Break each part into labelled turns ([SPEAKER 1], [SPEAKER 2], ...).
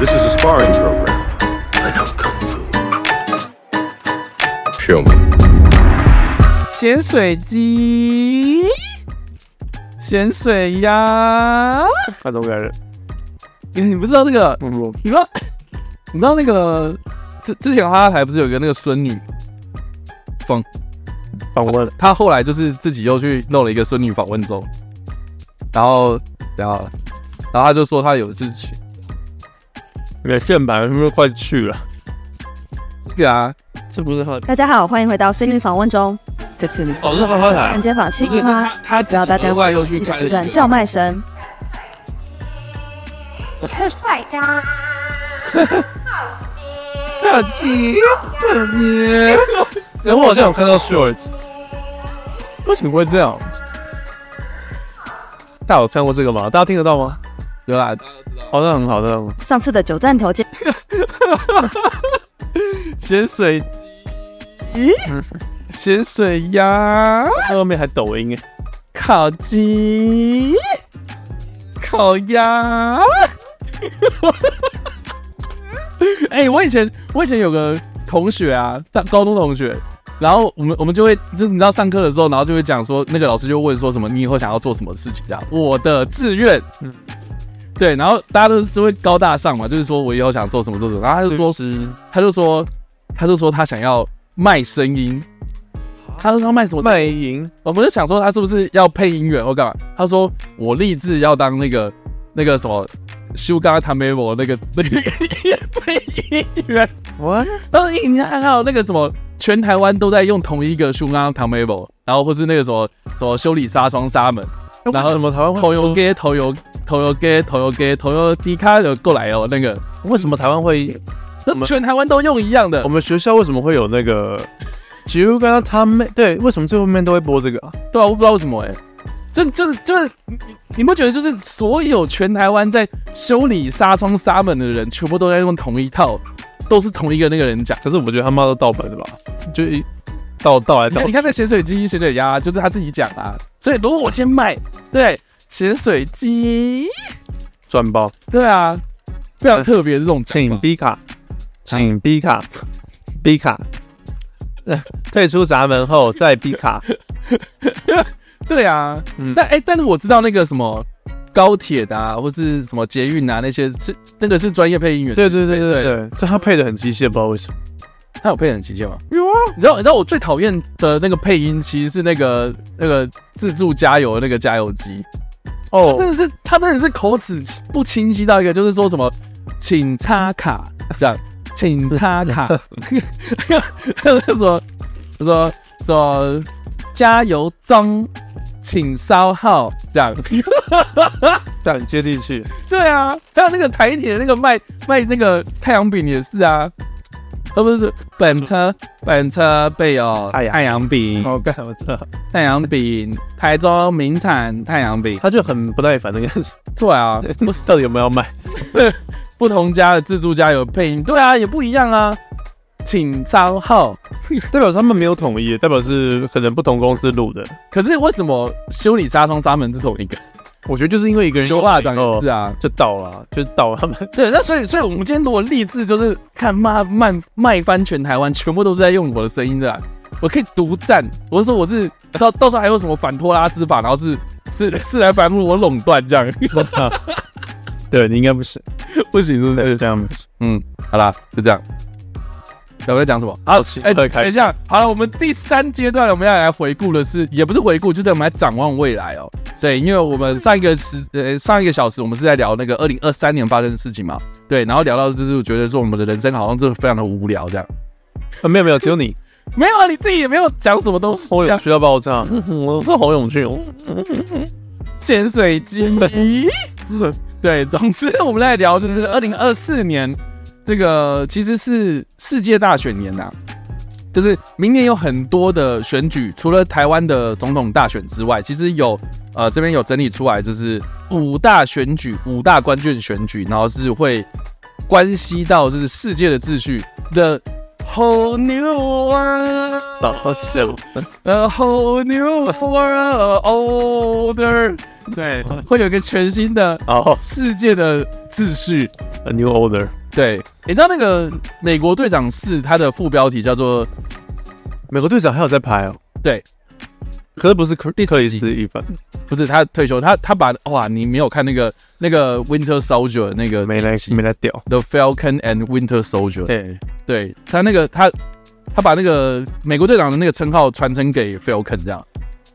[SPEAKER 1] sparring program. I know kung fu. Show me.
[SPEAKER 2] 咸水鸡，咸水鸭。
[SPEAKER 3] 快走开始。
[SPEAKER 2] 你不知道这个？
[SPEAKER 3] 嗯，我
[SPEAKER 2] 你知道？你知道那个之之前哈哈台不是有一个那个孙女访，
[SPEAKER 3] 访问
[SPEAKER 2] 她后来就是自己又去弄了一个孙女访问周，然后然后然后她就说她有一次去
[SPEAKER 3] 你的现版是不是快去了？
[SPEAKER 2] 这个啊，
[SPEAKER 3] 这不是他，
[SPEAKER 4] 大家好，欢迎回到孙女访问中。这次你
[SPEAKER 3] 哦，是花花台
[SPEAKER 4] 本。街访青
[SPEAKER 2] 不是
[SPEAKER 4] 花，
[SPEAKER 2] 她她
[SPEAKER 4] 不要大家
[SPEAKER 2] 额外又去
[SPEAKER 4] 记得
[SPEAKER 2] 开了
[SPEAKER 4] 这
[SPEAKER 2] 一个
[SPEAKER 4] 段叫卖声。
[SPEAKER 3] 特技，特技。然后哎我好像有看到 shorts，为什么会这样？大家有看过这个吗？大家听得到吗？
[SPEAKER 2] 有啦，
[SPEAKER 3] 好像很好，那很好
[SPEAKER 4] 上次的九站头见，
[SPEAKER 2] 咸水鸡，咸水鸭，
[SPEAKER 3] 它后面还抖音哎，
[SPEAKER 2] 烤鸡，烤鸭。 哎、我以前我以前有个同学啊，大高中同学，然后我们我们就会，就你知道上课的时候，然后就会讲说，那个老师就问说什么，你以后想要做什么事情这样，我的志愿，
[SPEAKER 3] 嗯
[SPEAKER 2] 对，然后大家都都会高大上嘛，就是说我以后想做什么做什么，然后他就说
[SPEAKER 3] 是
[SPEAKER 2] 他就说，他就说他想要卖声音，他就说要卖什么？
[SPEAKER 3] 卖淫，
[SPEAKER 2] 我们就想说他是不是要配音员或干嘛？他说我立志要当那个那个什么修刚他梅我那个那个配音员。
[SPEAKER 3] 我
[SPEAKER 2] 然后你看还有那个什么，全台湾都在用同一个修刚他梅我，然后或是那个什么什么修理纱窗纱门，然
[SPEAKER 3] 然
[SPEAKER 2] 后
[SPEAKER 3] 后什么台湾会
[SPEAKER 2] 头油街头油头油街头油街头油迪卡有过来哦，那个
[SPEAKER 3] 为什么台湾会？我们
[SPEAKER 2] 全台湾都用一样的
[SPEAKER 3] 我，们学校为什么会有那个？只有刚刚他们对，为什么最后面都会播这个啊？
[SPEAKER 2] 对啊，我不知道为什么哎、欸，就就是就是你你你不觉得就是所有全台湾在修理纱窗纱门的人，全部都在用同一套，都是同一个那个人讲。
[SPEAKER 3] 可是我觉得他妈都盗版的吧，就一盗盗来
[SPEAKER 2] 你
[SPEAKER 3] 盗
[SPEAKER 2] 看，你看那咸水鸡、咸水鸭，就是他自己讲啊。所以如果我先卖，对咸水鸡，
[SPEAKER 3] 转包，
[SPEAKER 2] 对啊，非常特别的这种情
[SPEAKER 3] 请
[SPEAKER 2] 况。
[SPEAKER 3] B 卡，请 B 卡，B 卡，退出闸门后再 B 卡，
[SPEAKER 2] 对啊，
[SPEAKER 3] 嗯
[SPEAKER 2] 但哎、但是我知道那个什么高铁的啊，或是什么捷运啊那些，是那个是专业配音员，
[SPEAKER 3] 对对对对
[SPEAKER 2] 对
[SPEAKER 3] 对，这他配的很机械，不知道为什么。
[SPEAKER 2] 他有配很亲切吗？有啊。你知道你知道我最讨厌的那个配音其实是那个那个自助加油的那个加油机，真
[SPEAKER 3] 哦，
[SPEAKER 2] 的是他真的是口齿不清晰到一个，就是说什么请插卡这样，请插卡， 他说他说说加油脏，请稍后这样。
[SPEAKER 3] 但很接地气，
[SPEAKER 2] 对啊，还有那个台铁那个卖卖那个太阳饼也是啊，呃不是本车本车备有
[SPEAKER 3] 哎呀
[SPEAKER 2] 太阳饼，哦
[SPEAKER 3] 好干，我知道，
[SPEAKER 2] 太阳饼，台州名产太阳饼。
[SPEAKER 3] 他就很不耐烦的样子，
[SPEAKER 2] 对 啊，不
[SPEAKER 3] 到底有没有要卖？
[SPEAKER 2] 不同家的自助家有配音，对啊，也不一样啊。请稍后。
[SPEAKER 3] 代表他们没有统一，代表是可能不同公司录的。
[SPEAKER 2] 可是为什么修理纱窗纱门是同一个？
[SPEAKER 3] 我觉得就是因为一个人
[SPEAKER 2] 修
[SPEAKER 3] 用
[SPEAKER 2] 蜡
[SPEAKER 3] 了以
[SPEAKER 2] 掌
[SPEAKER 3] 后
[SPEAKER 2] 也是啊。
[SPEAKER 3] 就倒了，就倒他们。
[SPEAKER 2] 对，那所以所以我们今天如果立志就是看骂卖卖翻全台湾，全部都是在用我的声音的啊、我可以独占。我是说我是到到时候还有什么反托拉斯法，然后是是是来反目我垄断这样，
[SPEAKER 3] 对你应该不是，
[SPEAKER 2] 不行是不
[SPEAKER 3] 对，
[SPEAKER 2] 是？
[SPEAKER 3] 这样不是。
[SPEAKER 2] 嗯，好啦，就这样。那我在讲什么？
[SPEAKER 3] 好奇
[SPEAKER 2] 哎、
[SPEAKER 3] 怪
[SPEAKER 2] 等
[SPEAKER 3] 开
[SPEAKER 2] 一
[SPEAKER 3] 始
[SPEAKER 2] 下，好了，我们第三阶段我们要来回顾的是，也不是回顾，就是我们来展望未来哦。对，因为我们上一个时呃上一个小时我们是在聊那个二零二三年发生的事情嘛，对，然后聊到就是我觉得说我们的人生好像就是非常的无聊这样。
[SPEAKER 3] 啊，没有没有，只有你。
[SPEAKER 2] 没有啊，你自己也没有讲什么东西
[SPEAKER 3] 我
[SPEAKER 2] 啊，
[SPEAKER 3] 有学到爆炸，嗯我是侯永俊，
[SPEAKER 2] 潜水机。 对，总之我们在聊就是二零二四年，这个其实是世界大选年呐、就是明年有很多的选举，除了台湾的总统大选之外，其实有呃这边有整理出来，就是五大选举、五大关键选举，然后是会关系到就是世界的秩序的 whole new world。
[SPEAKER 3] 好笑。
[SPEAKER 2] A whole new world order，对，会有一个全新的
[SPEAKER 3] 哦
[SPEAKER 2] 世界的秩序。
[SPEAKER 3] ，A new order，
[SPEAKER 2] 对，你知道那个《美国队长四》它的副标题叫做
[SPEAKER 3] 美国队长还有在拍哦。
[SPEAKER 2] 对，
[SPEAKER 3] 可是不是克
[SPEAKER 2] 第
[SPEAKER 3] 克里
[SPEAKER 2] 四集
[SPEAKER 3] 斯一凡，
[SPEAKER 2] 不是他退休，他他把哇，你没有看那个那个 Winter Soldier 那个
[SPEAKER 3] 没来
[SPEAKER 2] 集
[SPEAKER 3] 没来屌。
[SPEAKER 2] The Falcon and Winter Soldier，
[SPEAKER 3] 哎，
[SPEAKER 2] 对他那个他他把那个美国队长的那个称号传承给 Falcon 这样，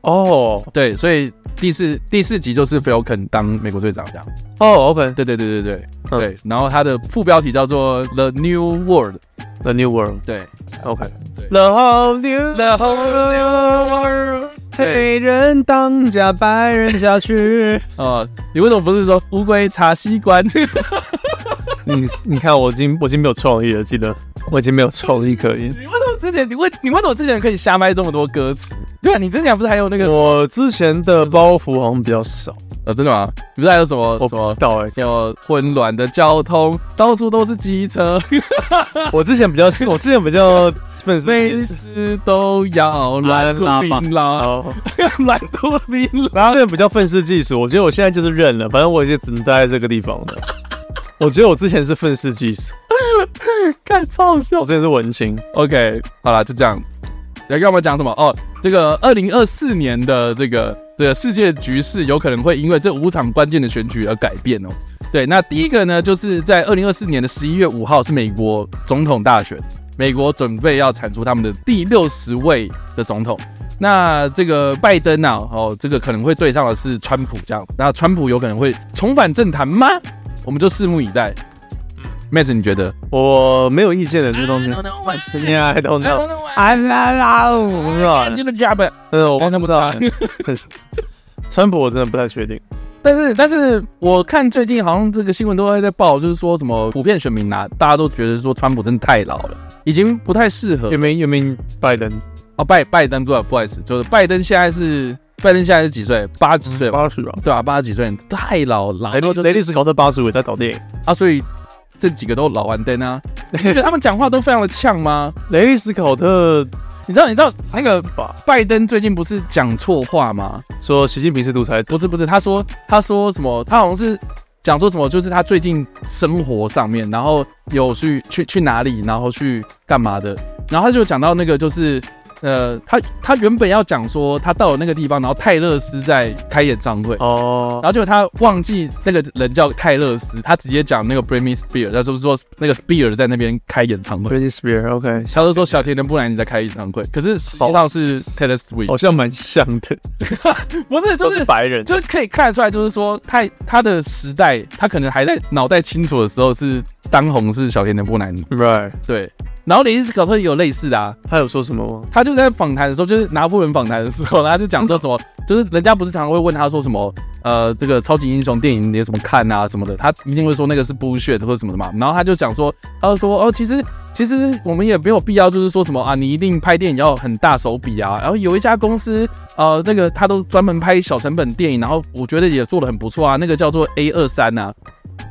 [SPEAKER 3] 哦
[SPEAKER 2] 对，所以第四第四集就是 Falcon 当美国队长这样，
[SPEAKER 3] 哦，OK，
[SPEAKER 2] 对对对对对
[SPEAKER 3] 嗯
[SPEAKER 2] 对，然后他的副标题叫做 The New World，
[SPEAKER 3] The New World，OK，
[SPEAKER 2] 对
[SPEAKER 3] The whole new The whole new world，黑人当家，白人下 去。
[SPEAKER 2] 哦、你为什么不是说乌龟插吸 管？你
[SPEAKER 3] 你你看，我已经我已经没有创意了，记得我已经没有创意可
[SPEAKER 2] 为
[SPEAKER 3] 言。
[SPEAKER 2] 什么之前你为你为什么之前可以瞎掰这么多歌词？对啊，你之前不是还有 那个
[SPEAKER 3] 我之前的包袱好像比较少，
[SPEAKER 2] 呃、真的吗？你不是还有什么
[SPEAKER 3] 我
[SPEAKER 2] 什
[SPEAKER 3] 不
[SPEAKER 2] 么
[SPEAKER 3] 知道哎、
[SPEAKER 2] 叫混乱的交通，到处都是机车，
[SPEAKER 3] 我之前比较，我之前比较 粉丝
[SPEAKER 2] 随时都要乱吐
[SPEAKER 3] 乱
[SPEAKER 2] 槟 榔，
[SPEAKER 3] 哦，
[SPEAKER 2] 乱 吐槟榔。
[SPEAKER 3] 然后这比较愤世嫉俗，我觉得我现在就是认了，反正我也只能待在这个地方了。我觉得我之前是愤世嫉俗，
[SPEAKER 2] 看超笑
[SPEAKER 3] 我。之前是文青，
[SPEAKER 2] OK，好啦，就这样。要要我们讲什么？哦，这个二零二四年的这个这个世界局势有可能会因为这五场关键的选举而改变哦。对，那第一个呢，就是在二零二四年的十一月五号是美国总统大选，美国准备要产出他们的第六十位的总统。那这个拜登啊，哦，这个可能会对上的是川普这样。那川普有可能会重返政坛吗？我们就拭目以待。妹子，你觉得？
[SPEAKER 3] 我没有意见的这东西。Yeah, I don't know. I don't know. 我不知道，
[SPEAKER 2] 这个 job。
[SPEAKER 3] 嗯，我
[SPEAKER 2] 但他
[SPEAKER 3] 看
[SPEAKER 2] 不
[SPEAKER 3] 不
[SPEAKER 2] 知
[SPEAKER 3] 知
[SPEAKER 2] 道
[SPEAKER 3] 道。川普我真的不太确定。
[SPEAKER 2] 但是，但是我看最近好像这个新闻都还在报，就是说什么普遍选民啊，大家都觉得说川普真的太老了，已经不太适合
[SPEAKER 3] 有。没有有没有拜登？
[SPEAKER 2] 哦，拜拜登，不好不好意思，就是拜登现在是拜登现在是几岁？八十岁吧？
[SPEAKER 3] 十吧。
[SPEAKER 2] 对啊，八十几岁，太老老
[SPEAKER 3] 雷
[SPEAKER 2] 到
[SPEAKER 3] 利
[SPEAKER 2] 就
[SPEAKER 3] 雷利
[SPEAKER 2] 是
[SPEAKER 3] 斯考特八十五也在搞电影。
[SPEAKER 2] 啊，所以这几个都老完灯啊。你觉得他们讲话都非常的呛吗？
[SPEAKER 3] 雷利斯考特
[SPEAKER 2] 你知道你知道那个
[SPEAKER 3] 吧，
[SPEAKER 2] 拜登最近不是讲错话吗？
[SPEAKER 3] 说习近平是独裁者。
[SPEAKER 2] 不是不是，他说他说什么？他好像是讲说什么，就是他最近生活上面，然后有去去去哪里，然后去干嘛的，然后他就讲到那个就是。呃，他他原本要讲说他到了那个地方，然后泰勒斯在开演唱会，
[SPEAKER 3] 哦
[SPEAKER 2] 然，后结果他忘记那个人叫泰勒斯，他直接讲那个 Britney Spears，他就是说那个 Spears 在那边开演唱会，
[SPEAKER 3] Britney Spears，OK，、
[SPEAKER 2] 他就说小甜甜布兰妮在开演唱会，可是实际上是 Taylor Swift，、
[SPEAKER 3] 好像蛮像的，
[SPEAKER 2] 不是
[SPEAKER 3] 都
[SPEAKER 2] 就是
[SPEAKER 3] 是白人，
[SPEAKER 2] 就是可以看得出来，就是说他他的时代，他可能还在脑袋清楚的时候是当红是小甜甜布兰妮，
[SPEAKER 3] right。
[SPEAKER 2] 对。然后雷伊斯考特也有类似的啊，
[SPEAKER 3] 他有说什么吗？
[SPEAKER 2] 他就在访谈的时候，就是拿破仑访谈的时候，他就讲说什么， 就是人家不是常常会问他说什么，呃，这个超级英雄电影你有什么看啊什么的，他一定会说那个是 bullshit 或者什么的嘛。然后他就讲说，他就说哦，其实其实我们也没有必要，就是说什么啊，你一定拍电影要很大手笔啊。然后有一家公司，呃，那个他都专门拍小成本电影，然后我觉得也做的很不错啊，那个叫做 A 二三啊。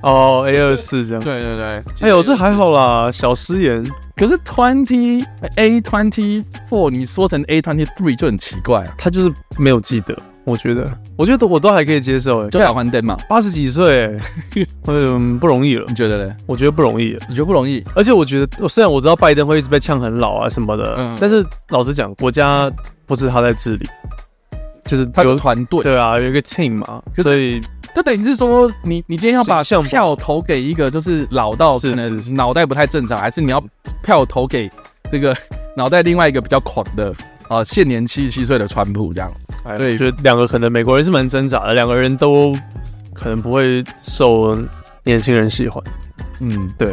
[SPEAKER 3] 哦，A 二四这样。
[SPEAKER 2] 对对对，
[SPEAKER 3] 哎呦，这还好啦，小失言。
[SPEAKER 2] 可是 twenty A twenty four 你说成 A twenty three 就很奇怪啊，
[SPEAKER 3] 他就是没有记得，我觉得，我觉得我都还可以接受、
[SPEAKER 2] 就
[SPEAKER 3] 哎，
[SPEAKER 2] 老还灯嘛，
[SPEAKER 3] 八十几岁、 哎嗯，不容易了
[SPEAKER 2] 你，觉得嘞？
[SPEAKER 3] 我觉得不容易了。
[SPEAKER 2] 你觉得不容易？
[SPEAKER 3] 而且我觉得，我虽然我知道拜登会一直被呛很老啊什么的，
[SPEAKER 2] 嗯
[SPEAKER 3] 但是老实讲，国家不是他在治理，就是
[SPEAKER 2] 他有
[SPEAKER 3] 有
[SPEAKER 2] 团队，
[SPEAKER 3] 对啊，有一个 team 嘛，
[SPEAKER 2] 可是
[SPEAKER 3] 所以
[SPEAKER 2] 就等于是说，你你今天要把
[SPEAKER 3] 像像
[SPEAKER 2] 票投给一个就是老到
[SPEAKER 3] 是
[SPEAKER 2] 可能脑袋不太正常，还是你要票投给这个 脑袋另外一个比较狂的啊、呃现年七十七岁的川普这样？
[SPEAKER 3] 哎
[SPEAKER 2] 对
[SPEAKER 3] 我觉得两个可能美国人是蛮挣扎的，两个人都可能不会受年轻人喜欢，
[SPEAKER 2] 嗯，
[SPEAKER 3] 对，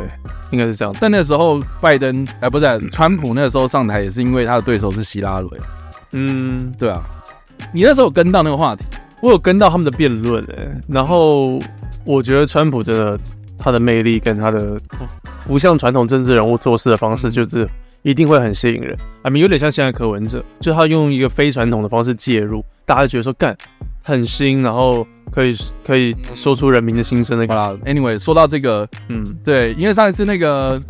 [SPEAKER 3] 应该是这样。
[SPEAKER 2] 但那时候拜登哎、不是啊、川普那时候上台也是因为他的对手是希拉蕊，
[SPEAKER 3] 嗯，
[SPEAKER 2] 对啊。你那时候有跟到那个话题，
[SPEAKER 3] 我有跟到他们的辩论哎，然后我觉得川普真的他的魅力跟他的不像传统政治人物做事的方式，就是一定会很吸引人。I mean 有点像现在柯文哲，就他用一个非传统的方式介入，大家觉得说干很新，然后可以可以说出人民的心声的
[SPEAKER 2] 好
[SPEAKER 3] 感觉。
[SPEAKER 2] 啦，anyway，说到这个，
[SPEAKER 3] 嗯，
[SPEAKER 2] 对，因为上一次那个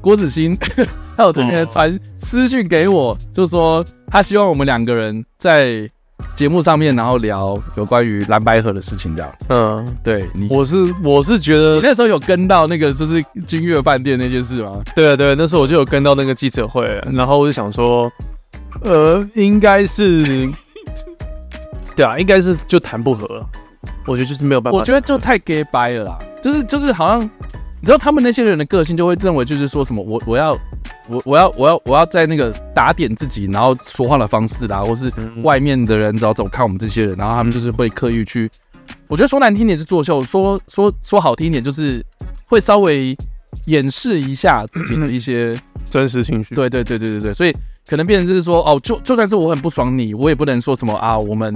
[SPEAKER 2] 郭子欣， 他有特别传私讯给我，就说他希望我们两个人在节目上面，然后聊有关于蓝白河的事情这样子。
[SPEAKER 3] 嗯，
[SPEAKER 2] 对你，
[SPEAKER 3] 我是我是觉
[SPEAKER 2] 你
[SPEAKER 3] 得，
[SPEAKER 2] 那时候有跟到那个就是金月饭店那件事吗？
[SPEAKER 3] 对啊对啊，那时候我就有跟到那个记者会，然后我就想说，呃，应 该是，对啊，应该是就谈不和，我觉得就是没有办法，
[SPEAKER 2] 我觉得就太 gay 掰了啦，就是就是好像，你知道他们那些人的个性就会认为就是说什么我我要我我要我要我要在那个打点自己，然后说话的方式啦，或是
[SPEAKER 3] 嗯
[SPEAKER 2] 外面的人只要走看我们这些人，然后他们就是会刻意去，我觉得说难听点是作秀，说说说好听一点就是会稍微掩饰一下自
[SPEAKER 3] 嗯
[SPEAKER 2] 己的一些。
[SPEAKER 3] 真实情绪，
[SPEAKER 2] 对对对对对对，所以可能变成就是说，哦，就就算是我很不爽你，我也不能说什么啊，我们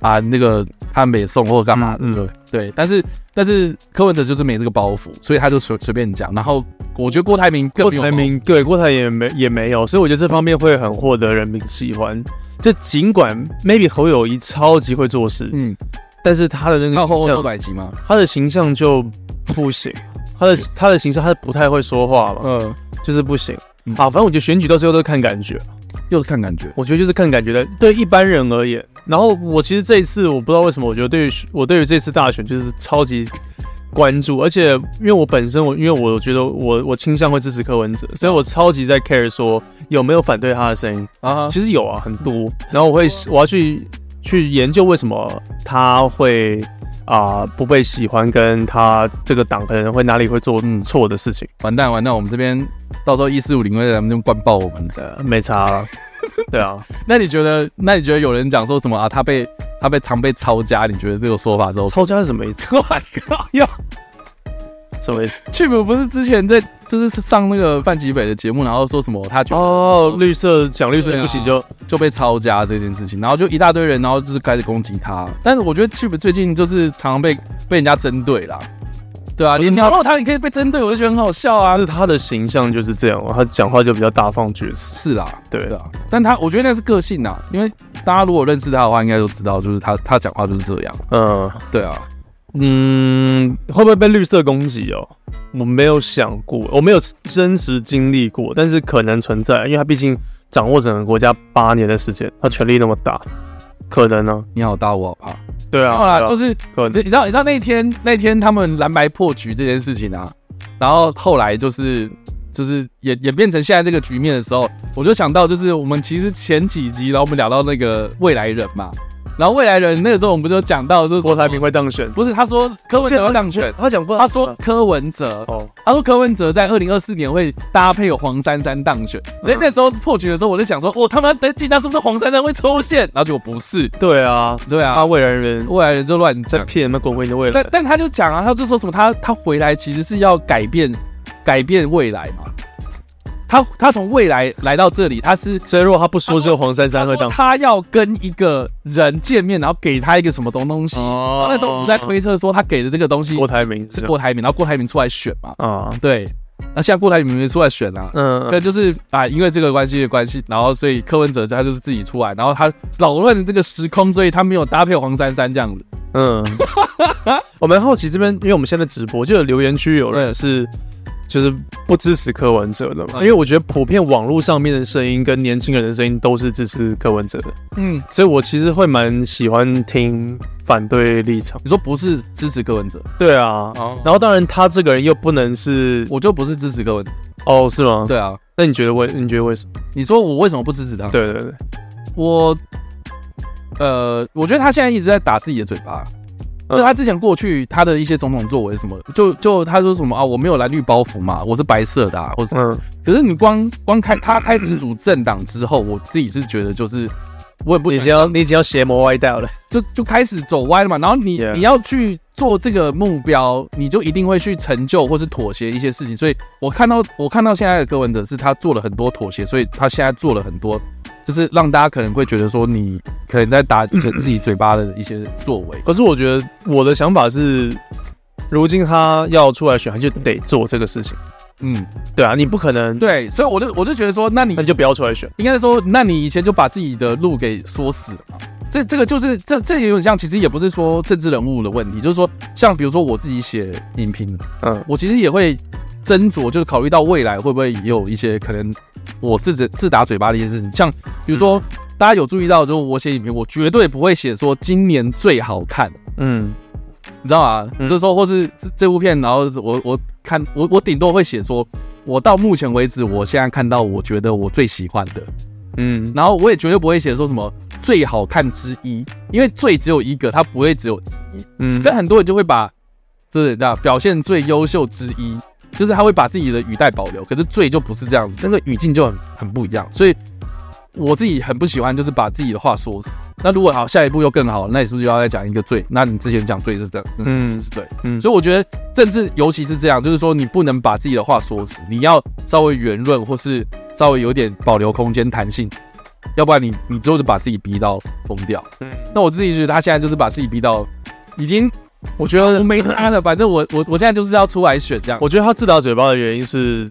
[SPEAKER 2] 啊那个他美送或者干嘛的，
[SPEAKER 3] 嗯嗯
[SPEAKER 2] 对不对对。但是但是柯文哲就是没这个包袱，所以他就随随便讲。然后我觉得郭台铭更
[SPEAKER 3] 郭
[SPEAKER 2] 没有
[SPEAKER 3] 台
[SPEAKER 2] 包袱，
[SPEAKER 3] 铭对郭台也没也没有，所以我觉得这方面会很获得人民喜欢。就尽管 maybe 侯友谊超级会做事，
[SPEAKER 2] 嗯，
[SPEAKER 3] 但是他的那个
[SPEAKER 2] 靠后
[SPEAKER 3] 形
[SPEAKER 2] 后
[SPEAKER 3] 象
[SPEAKER 2] 后短期嘛，
[SPEAKER 3] 他的形象就 不行，他的他的形象他不太会说话嘛，
[SPEAKER 2] 嗯，
[SPEAKER 3] 就是不行。
[SPEAKER 2] 嗯
[SPEAKER 3] 好，反正我觉得选举到最后都是看感觉，
[SPEAKER 2] 又是看感觉，
[SPEAKER 3] 我觉得就是看感觉的。对一般人而言，然后我其实这一次我不知道为什么，我觉得对于我对于这次大选就是超级关注，而且因为我本身我因为我觉得我我倾向会支持柯文哲，所以我超级在 care 说有没有反对他的声音。
[SPEAKER 2] 啊，
[SPEAKER 3] 其实有啊，很多。然后我会我要去去研究为什么他会啊、不被喜欢，跟他这个党可能会哪里会做
[SPEAKER 2] 嗯
[SPEAKER 3] 错的事情。
[SPEAKER 2] 完蛋完蛋，我们这边到时候一四五零会咱们就灌爆我们了。
[SPEAKER 3] 呃，没差了。对啊，
[SPEAKER 2] 那你觉得那你觉得有人讲说什么啊？他被他被常被抄家，你觉得这个说法之后，
[SPEAKER 3] 抄家是什么意思？
[SPEAKER 2] 我靠 哟！
[SPEAKER 3] 什么意思？
[SPEAKER 2] 去母不是之前在就是上那个范吉北的节目，然后说什么他就
[SPEAKER 3] 哦，绿色讲绿色
[SPEAKER 2] 对啊
[SPEAKER 3] 不行就
[SPEAKER 2] 就被抄家这件事情，然后就一大堆人，然后就是开始攻击他。但是我觉得去母最近就是常常被被人家针对啦，对啊，你
[SPEAKER 3] 哦
[SPEAKER 2] 鸟肉他也可以被针对，我就觉得很好笑啊
[SPEAKER 3] 但。是他的形象就是这样，他讲话就比较大放厥词。
[SPEAKER 2] 是啦，
[SPEAKER 3] 对
[SPEAKER 2] 对啊，但他我觉得那是个性啊，因为大家如果认识他的话，应该都知道，就是他他讲话就是这样。
[SPEAKER 3] 嗯
[SPEAKER 2] 对啊，
[SPEAKER 3] 嗯，会不会被绿色攻击哦？我没有想过，我没有真实经历过，但是可能存在，因为他毕竟掌握整个国家八年的时间，他权力那么大，可能呢、
[SPEAKER 2] 你好大，我好怕。
[SPEAKER 3] 对啊，
[SPEAKER 2] 后来
[SPEAKER 3] 对啊
[SPEAKER 2] 就是
[SPEAKER 3] 可
[SPEAKER 2] 你知
[SPEAKER 3] 能
[SPEAKER 2] 你知道你知道那天那天他们蓝白破局这件事情啊，然后后来就是就是演演变成现在这个局面的时候，我就想到就是我们其实前几集，然后我们聊到那个未来人嘛，然后未来人那个时候我们不就讲到就是
[SPEAKER 3] 郭台铭会当选。
[SPEAKER 2] 不是他说柯文哲要当选，
[SPEAKER 3] 他讲过，
[SPEAKER 2] 他说柯文哲。
[SPEAKER 3] 哦，
[SPEAKER 2] 他说柯文哲在二零二四年会搭配有黄珊珊当选，
[SPEAKER 3] 嗯
[SPEAKER 2] 所以那时候破局的时候，我就想说，我他妈等紧他是不是黄珊珊会抽线？然后结果不是，
[SPEAKER 3] 对啊，
[SPEAKER 2] 对啊
[SPEAKER 3] 他，未来人
[SPEAKER 2] 未来人就乱讲
[SPEAKER 3] 在。骗那滚回你的未来
[SPEAKER 2] 但。但他就讲啊，他就说什么他他回来其实是要改变改变未来嘛。他他从未来来到这里，他是
[SPEAKER 3] 所以如果他不说，只有黄珊
[SPEAKER 2] 他
[SPEAKER 3] 珊会
[SPEAKER 2] 说
[SPEAKER 3] 当。
[SPEAKER 2] 他要跟一个人见面，然后给他一个什么东东西。
[SPEAKER 3] 哦
[SPEAKER 2] 那时候我们在推测说他给的这个东西
[SPEAKER 3] 郭台铭
[SPEAKER 2] 是郭台铭，然后郭台铭出来选嘛。
[SPEAKER 3] 啊，
[SPEAKER 2] 对，那现在郭台铭没出来选啊。
[SPEAKER 3] 嗯，
[SPEAKER 2] 对，就是啊，因为这个关系的关系，然后所以柯文哲他就是自己出来，然后他扰乱这个时空，所以他没有搭配黄珊珊这样子。
[SPEAKER 3] 嗯， 我蛮好奇这边，因为我们现在直播，就有留言区有人是就是不支持柯文哲的嘛，
[SPEAKER 2] 嗯
[SPEAKER 3] 因为我觉得普遍网络上面的声音跟年轻人的声音都是支持柯文哲的，
[SPEAKER 2] 嗯，
[SPEAKER 3] 所以我其实会蛮喜欢听反对立场。
[SPEAKER 2] 你说不是支持柯文哲？
[SPEAKER 3] 对啊，
[SPEAKER 2] 哦
[SPEAKER 3] 然后当然他这个人又不能是
[SPEAKER 2] 我就不是支持柯文哲。
[SPEAKER 3] 哦，是吗？
[SPEAKER 2] 对啊，
[SPEAKER 3] 那你觉得为你觉得为什么？
[SPEAKER 2] 你说我为什么不支持他？，
[SPEAKER 3] 对对对，
[SPEAKER 2] 我，呃，我觉得他现在一直在打自己的嘴巴。
[SPEAKER 3] 嗯
[SPEAKER 2] 就他之前过去他的一些种种作为什么，就就他说什么啊，我没有蓝绿包袱嘛，我是白色的啊，或是
[SPEAKER 3] 嗯
[SPEAKER 2] 可是你光光开他开始组政党之后，我自己是觉得就是我也不
[SPEAKER 3] 你已
[SPEAKER 2] 想
[SPEAKER 3] 经要你已经要邪魔歪道了，
[SPEAKER 2] 就就开始走歪了嘛。然后你
[SPEAKER 3] Yeah.
[SPEAKER 2] 你要去做这个目标，你就一定会去成就或是妥协一些事情。所以我看到我看到现在的柯文哲是他做了很多妥协，所以他现在做了很多，就是让大家可能会觉得说你可能在打 自自己嘴巴的一些作为。
[SPEAKER 3] 可是我觉得我的想法是，如今他要出来选，他就得做这个事情。
[SPEAKER 2] 嗯，
[SPEAKER 3] 对啊，你不可能，
[SPEAKER 2] 对，所以我就我就觉得说，那你
[SPEAKER 3] 那你就不要出来选。
[SPEAKER 2] 应该是说，那你以前就把自己的路给锁死了嘛？这这个就是这这也有点像，其实也不是说政治人物的问题，就是说像比如说我自己写影评，
[SPEAKER 3] 嗯
[SPEAKER 2] 我其实也会斟酌，就是考虑到未来会不会也有一些可能我自己自打嘴巴的一些事情，像比如说、大家有注意到，就是我写影评，我绝对不会写说今年最好看，
[SPEAKER 3] 嗯
[SPEAKER 2] 你知道吗？
[SPEAKER 3] 嗯
[SPEAKER 2] 这时候或是这这部片，然后我我看我我顶多会写说，我到目前为止，我现在看到我觉得我最喜欢的，
[SPEAKER 3] 嗯
[SPEAKER 2] 然后我也绝对不会写说什么最好看之一，因为最只有一个，它不会只有
[SPEAKER 3] 嗯
[SPEAKER 2] 可很多人就会把，就是那表现最优秀之一，就是他会把自己的语带保留，可是最就不是这样子，那个语境就很很不一样。所以我自己很不喜欢，就是把自己的话说死。那如果好，下一步又更好，那你是不是又要再讲一个最？那你之前讲最是这，嗯
[SPEAKER 3] 嗯
[SPEAKER 2] 是对，
[SPEAKER 3] 嗯
[SPEAKER 2] 所以我觉得政治尤其是这样，就是说你不能把自己的话说死，你要稍微圆润，或是稍微有点保留空间弹性，要不然你你之后就把自己逼到疯掉。
[SPEAKER 3] 嗯
[SPEAKER 2] 那我自己觉得他现在就是把自己逼到已经，我觉得没他了，反正我我我现在就是要出来选这样。
[SPEAKER 3] 我觉得他自打嘴巴的原因是，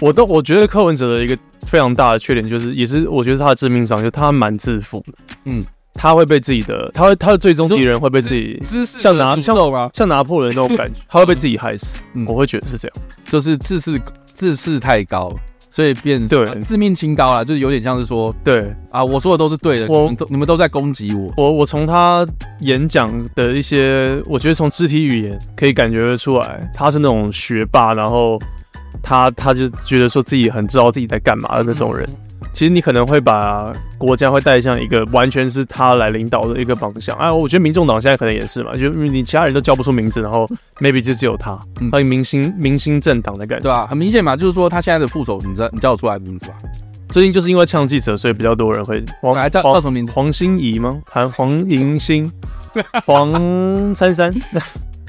[SPEAKER 3] 我都我觉得柯文哲的一个非常大的缺点就是，也是我觉得是他的致命伤，就是他蛮自负的。
[SPEAKER 2] 嗯，
[SPEAKER 3] 他会被自己的，他会他的最终敌人会被自己
[SPEAKER 2] 知识
[SPEAKER 3] 像拿
[SPEAKER 2] 像手吗？
[SPEAKER 3] 像拿破仑那种感觉，他会被自己害死。
[SPEAKER 2] 嗯
[SPEAKER 3] 我会觉得是这样。
[SPEAKER 2] 就是自视自视太高，所以变
[SPEAKER 3] 对
[SPEAKER 2] 呃自命清高啦，就是有点像是说
[SPEAKER 3] 对
[SPEAKER 2] 啊，我说的都是对的，
[SPEAKER 3] 我
[SPEAKER 2] 你们都你们都在攻击我。
[SPEAKER 3] 我我从他演讲的一些，我觉得从肢体语言可以感觉得出来，他是那种学霸，然后他他就觉得说自己很知道自己在干嘛的那种人。
[SPEAKER 2] 嗯
[SPEAKER 3] 其实你可能会把国家会带向一个完全是他来领导的一个方向。哎，我觉得民众党现在可能也是嘛，就因为你其他人都叫不出名字，然后 maybe 就只有他，
[SPEAKER 2] 嗯
[SPEAKER 3] 还有明星明星政党的感觉。
[SPEAKER 2] 对啊，很明显嘛，就是说他现在的副手，你知道你叫得出来名字吧？
[SPEAKER 3] 最近就是因为呛记者，所以比较多人会黄
[SPEAKER 2] 来叫叫
[SPEAKER 3] 黄
[SPEAKER 2] 什么名字？
[SPEAKER 3] 黄心怡吗？还黄银星、黄珊珊、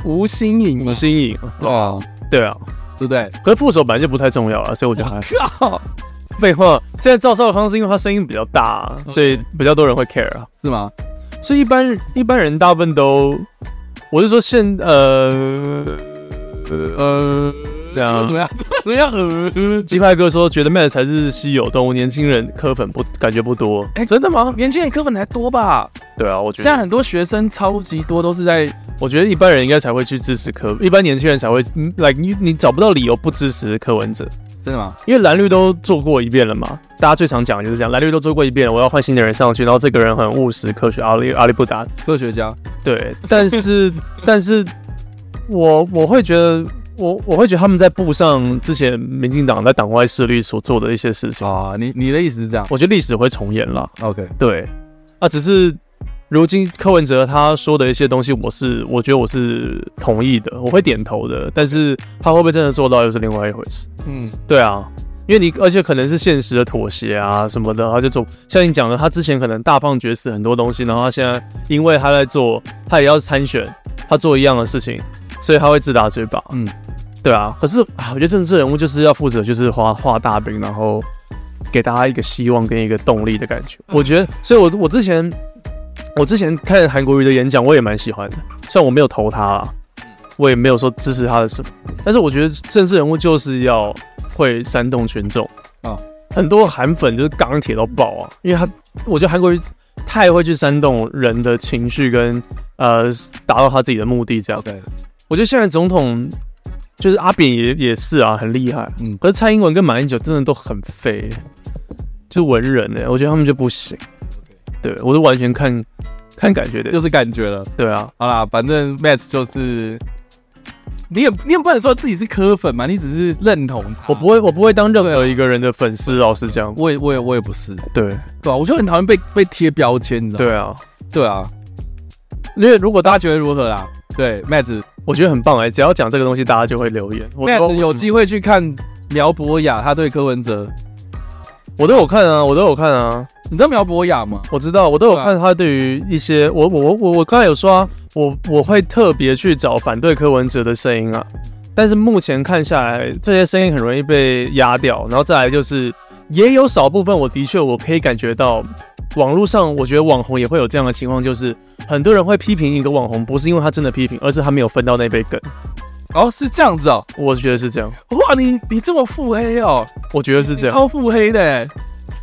[SPEAKER 2] 吴新颖
[SPEAKER 3] 吴心颖，
[SPEAKER 2] 哇，
[SPEAKER 3] 对啊，
[SPEAKER 2] 对不对？
[SPEAKER 3] 可是副手本来就不太重要了，啊所以我觉得还好。
[SPEAKER 2] 靠，
[SPEAKER 3] 废话，现在赵少康是因为他声音比较大啊、所以比较多人会 care 啊。
[SPEAKER 2] 是吗？
[SPEAKER 3] 所以一般一般人大部分都，我是说现呃
[SPEAKER 2] 呃，
[SPEAKER 3] 对啊
[SPEAKER 2] 怎么样？怎么样？ 呃，
[SPEAKER 3] 鸡派哥说觉得 Mad 才是稀有动物，年轻人科粉不感觉不多。
[SPEAKER 2] 哎
[SPEAKER 3] 真的吗？
[SPEAKER 2] 年轻人科粉还多吧？
[SPEAKER 3] 对啊，我觉
[SPEAKER 2] 现在
[SPEAKER 3] 得
[SPEAKER 2] 很多学生超级多都是在
[SPEAKER 3] 我觉得一般人应该才会去支持科，一般年轻人才会嗯，like 你你找不到理由不支持柯文哲。
[SPEAKER 2] 真的吗？
[SPEAKER 3] 因为蓝绿都做过一遍了嘛，大家最常讲的就是这样，蓝绿都做过一遍了，我要换新的人上去，然后这个人很务实、科学、阿里阿里不达，
[SPEAKER 2] 科学家，
[SPEAKER 3] 对，但是但是我我会觉得。我我会觉得他们在步上之前民进党在党外势力所做的一些事情，
[SPEAKER 2] 啊，你你的意思是这样
[SPEAKER 3] 我觉得历史会重演了。
[SPEAKER 2] ？OK，
[SPEAKER 3] 对，啊，只是如今柯文哲他说的一些东西，我是我觉得我是同意的，我会点头的，但是他会不会真的做到又是另外一回事。
[SPEAKER 2] 嗯，
[SPEAKER 3] 对啊，因为你而且可能是现实的妥协啊什么的，他就总像你讲的，他之前可能大放厥词很多东西，然后他现在因为他在做，他也要参选，他做一样的事情，所以他会自打嘴巴。
[SPEAKER 2] 嗯，
[SPEAKER 3] 对啊。可是啊，我觉得政治人物就是要负责就是画画大饼，然后给大家一个希望跟一个动力的感觉。我觉得，所以我我之前我之前看韩国瑜的演讲，我也蛮喜欢的，虽然我没有投他啦。我也没有说支持他的什么，但是我觉得政治人物就是要会煽动群众
[SPEAKER 2] 啊
[SPEAKER 3] 啊。很多韩粉就是钢铁到爆啊，因为他，我觉得韩国瑜太会去煽动人的情绪跟呃达到他自己的目的这样。
[SPEAKER 2] OK，
[SPEAKER 3] 我觉得现在总统就是阿扁也也是啊，很厉害，
[SPEAKER 2] 嗯
[SPEAKER 3] 嗯。可是蔡英文跟马英九真的都很废、就是文人哎、我觉得他们就不行。对，我是完全看看感觉的，
[SPEAKER 2] 就是感觉了。
[SPEAKER 3] 对啊，
[SPEAKER 2] 好啦，反正 Matt 就是，你也你也不能说自己是科粉嘛，你只是认同他。
[SPEAKER 3] 我不，会我不会当任何一个人的粉丝，老实讲，
[SPEAKER 2] 我也我也我也不是，
[SPEAKER 3] 对
[SPEAKER 2] 对啊吧、我就很讨厌被被贴标签，你知道吗？
[SPEAKER 3] 对啊，
[SPEAKER 2] 对啊，
[SPEAKER 3] 因为如果
[SPEAKER 2] 大家
[SPEAKER 3] 大家
[SPEAKER 2] 觉得如何啦？对，Matt
[SPEAKER 3] 我觉得很棒哎、只要讲这个东西，大家就会留言。我
[SPEAKER 2] Matt 有
[SPEAKER 3] 机，
[SPEAKER 2] 机会去看苗博雅他对柯文哲，
[SPEAKER 3] 我都有看啊，我都有看啊，
[SPEAKER 2] 你知道苗博雅吗？
[SPEAKER 3] 我知道，我都有看他对于一些我我我我刚才有说啊，我我会特别去找反对柯文哲的声音啊，但是目前看下来，这些声音很容易被压掉，然后再来就是也有少部分，我的确我可以感觉到。网络上，我觉得网红也会有这样的情况，就是很多人会批评一个网红，不是因为他真的批评，而是他没有分到那杯羹。
[SPEAKER 2] 哦，是这样子哦，
[SPEAKER 3] 我觉得是这样，
[SPEAKER 2] 哇，你你这么腹黑哦，
[SPEAKER 3] 我觉得是啊
[SPEAKER 2] 你
[SPEAKER 3] 这样，
[SPEAKER 2] 超腹黑的欸。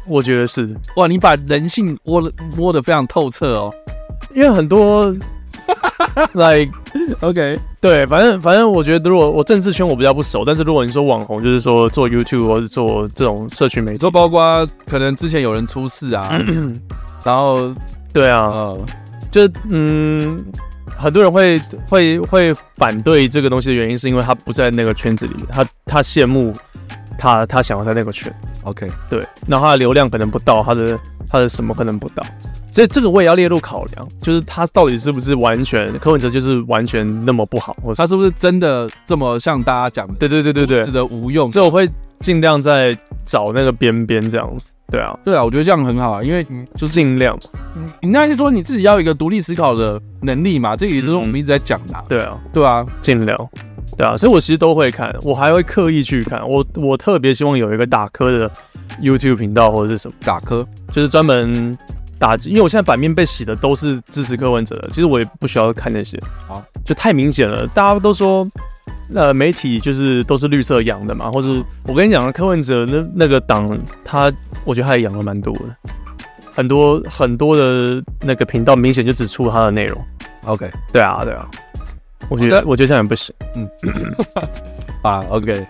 [SPEAKER 3] 我觉得是。
[SPEAKER 2] 哇，你把人性摸得摸得非常透彻哦。
[SPEAKER 3] 因为很多 like
[SPEAKER 2] OK，
[SPEAKER 3] 对，反正反正我觉得，如果我政治圈我比较不熟，但是如果你说网红，就是说做 YouTube 或者做这种社群媒体，
[SPEAKER 2] 就包括可能之前有人出事 啊，然后
[SPEAKER 3] 对啊，
[SPEAKER 2] 呃，
[SPEAKER 3] 就嗯，很多人会会会反对这个东西的原因，是因为他不在那个圈子里，他他羡慕他他想要在那个圈，
[SPEAKER 2] OK，
[SPEAKER 3] 对，然后他的流量可能不到，他的他的什么可能不到，所以这个我也要列入考量，就是他到底是不是完全柯文哲就是完全那么不好，或者
[SPEAKER 2] 他是不是真的这么像大家讲的，
[SPEAKER 3] 对对对对
[SPEAKER 2] 是
[SPEAKER 3] 对，
[SPEAKER 2] 的无用？
[SPEAKER 3] 所以我会尽量在找那个边边这样子，对啊，
[SPEAKER 2] 对啊，我觉得这样很好啊，因为你
[SPEAKER 3] 就尽量嘛，
[SPEAKER 2] 你那是说你自己要有一个独立思考的能力嘛，这个也就是我们
[SPEAKER 3] 嗯
[SPEAKER 2] 一直在讲的啊、
[SPEAKER 3] 对啊，
[SPEAKER 2] 对啊，
[SPEAKER 3] 尽量，对啊，所以我其实都会看，我还会刻意去看，我我特别希望有一个打科的 YouTube 频道或者是什么。
[SPEAKER 2] 打科
[SPEAKER 3] 就是专门打击，因为我现在版面被洗的都是支持柯文哲的，其实我也不需要看那些，
[SPEAKER 2] 好，
[SPEAKER 3] 就太明显了。大家都说，呃，媒体就是都是绿色养的嘛，或者我跟你讲，啊柯文哲那那个党，他我觉得他也养了蛮多的，很多很多的那个频道明显就只出他的内容，
[SPEAKER 2] ，OK
[SPEAKER 3] 对啊，对啊，我觉得
[SPEAKER 2] 好的
[SPEAKER 3] 我觉得这样也不行，
[SPEAKER 2] 啊，OK，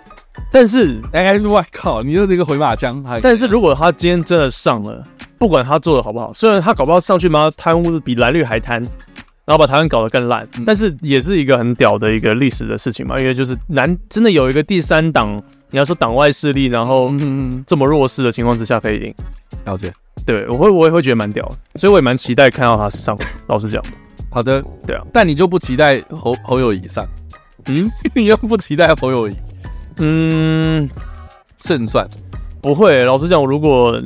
[SPEAKER 3] 但是
[SPEAKER 2] 哎，我靠，你又这个回马枪，还
[SPEAKER 3] 但是如果他今天真的上了，不管他做的好不好，虽然他搞不好上去嘛贪污比蓝绿还贪，然后把台湾搞得更烂
[SPEAKER 2] 嗯，
[SPEAKER 3] 但是也是一个很屌的一个历史的事情嘛，因为就是南真的有一个第三党，你要说党外势力，然后
[SPEAKER 2] 嗯嗯嗯，
[SPEAKER 3] 这么弱势的情况之下可以赢，
[SPEAKER 2] 了解。
[SPEAKER 3] 对我会我也会觉得蛮屌的，所以我也蛮期待看到他上。老实讲，
[SPEAKER 2] 好的，
[SPEAKER 3] 对啊，
[SPEAKER 2] 但你就不期待侯侯友谊上，
[SPEAKER 3] 嗯
[SPEAKER 2] 你又不期待侯友谊
[SPEAKER 3] 嗯，
[SPEAKER 2] 胜算，
[SPEAKER 3] 不会，老实讲，如果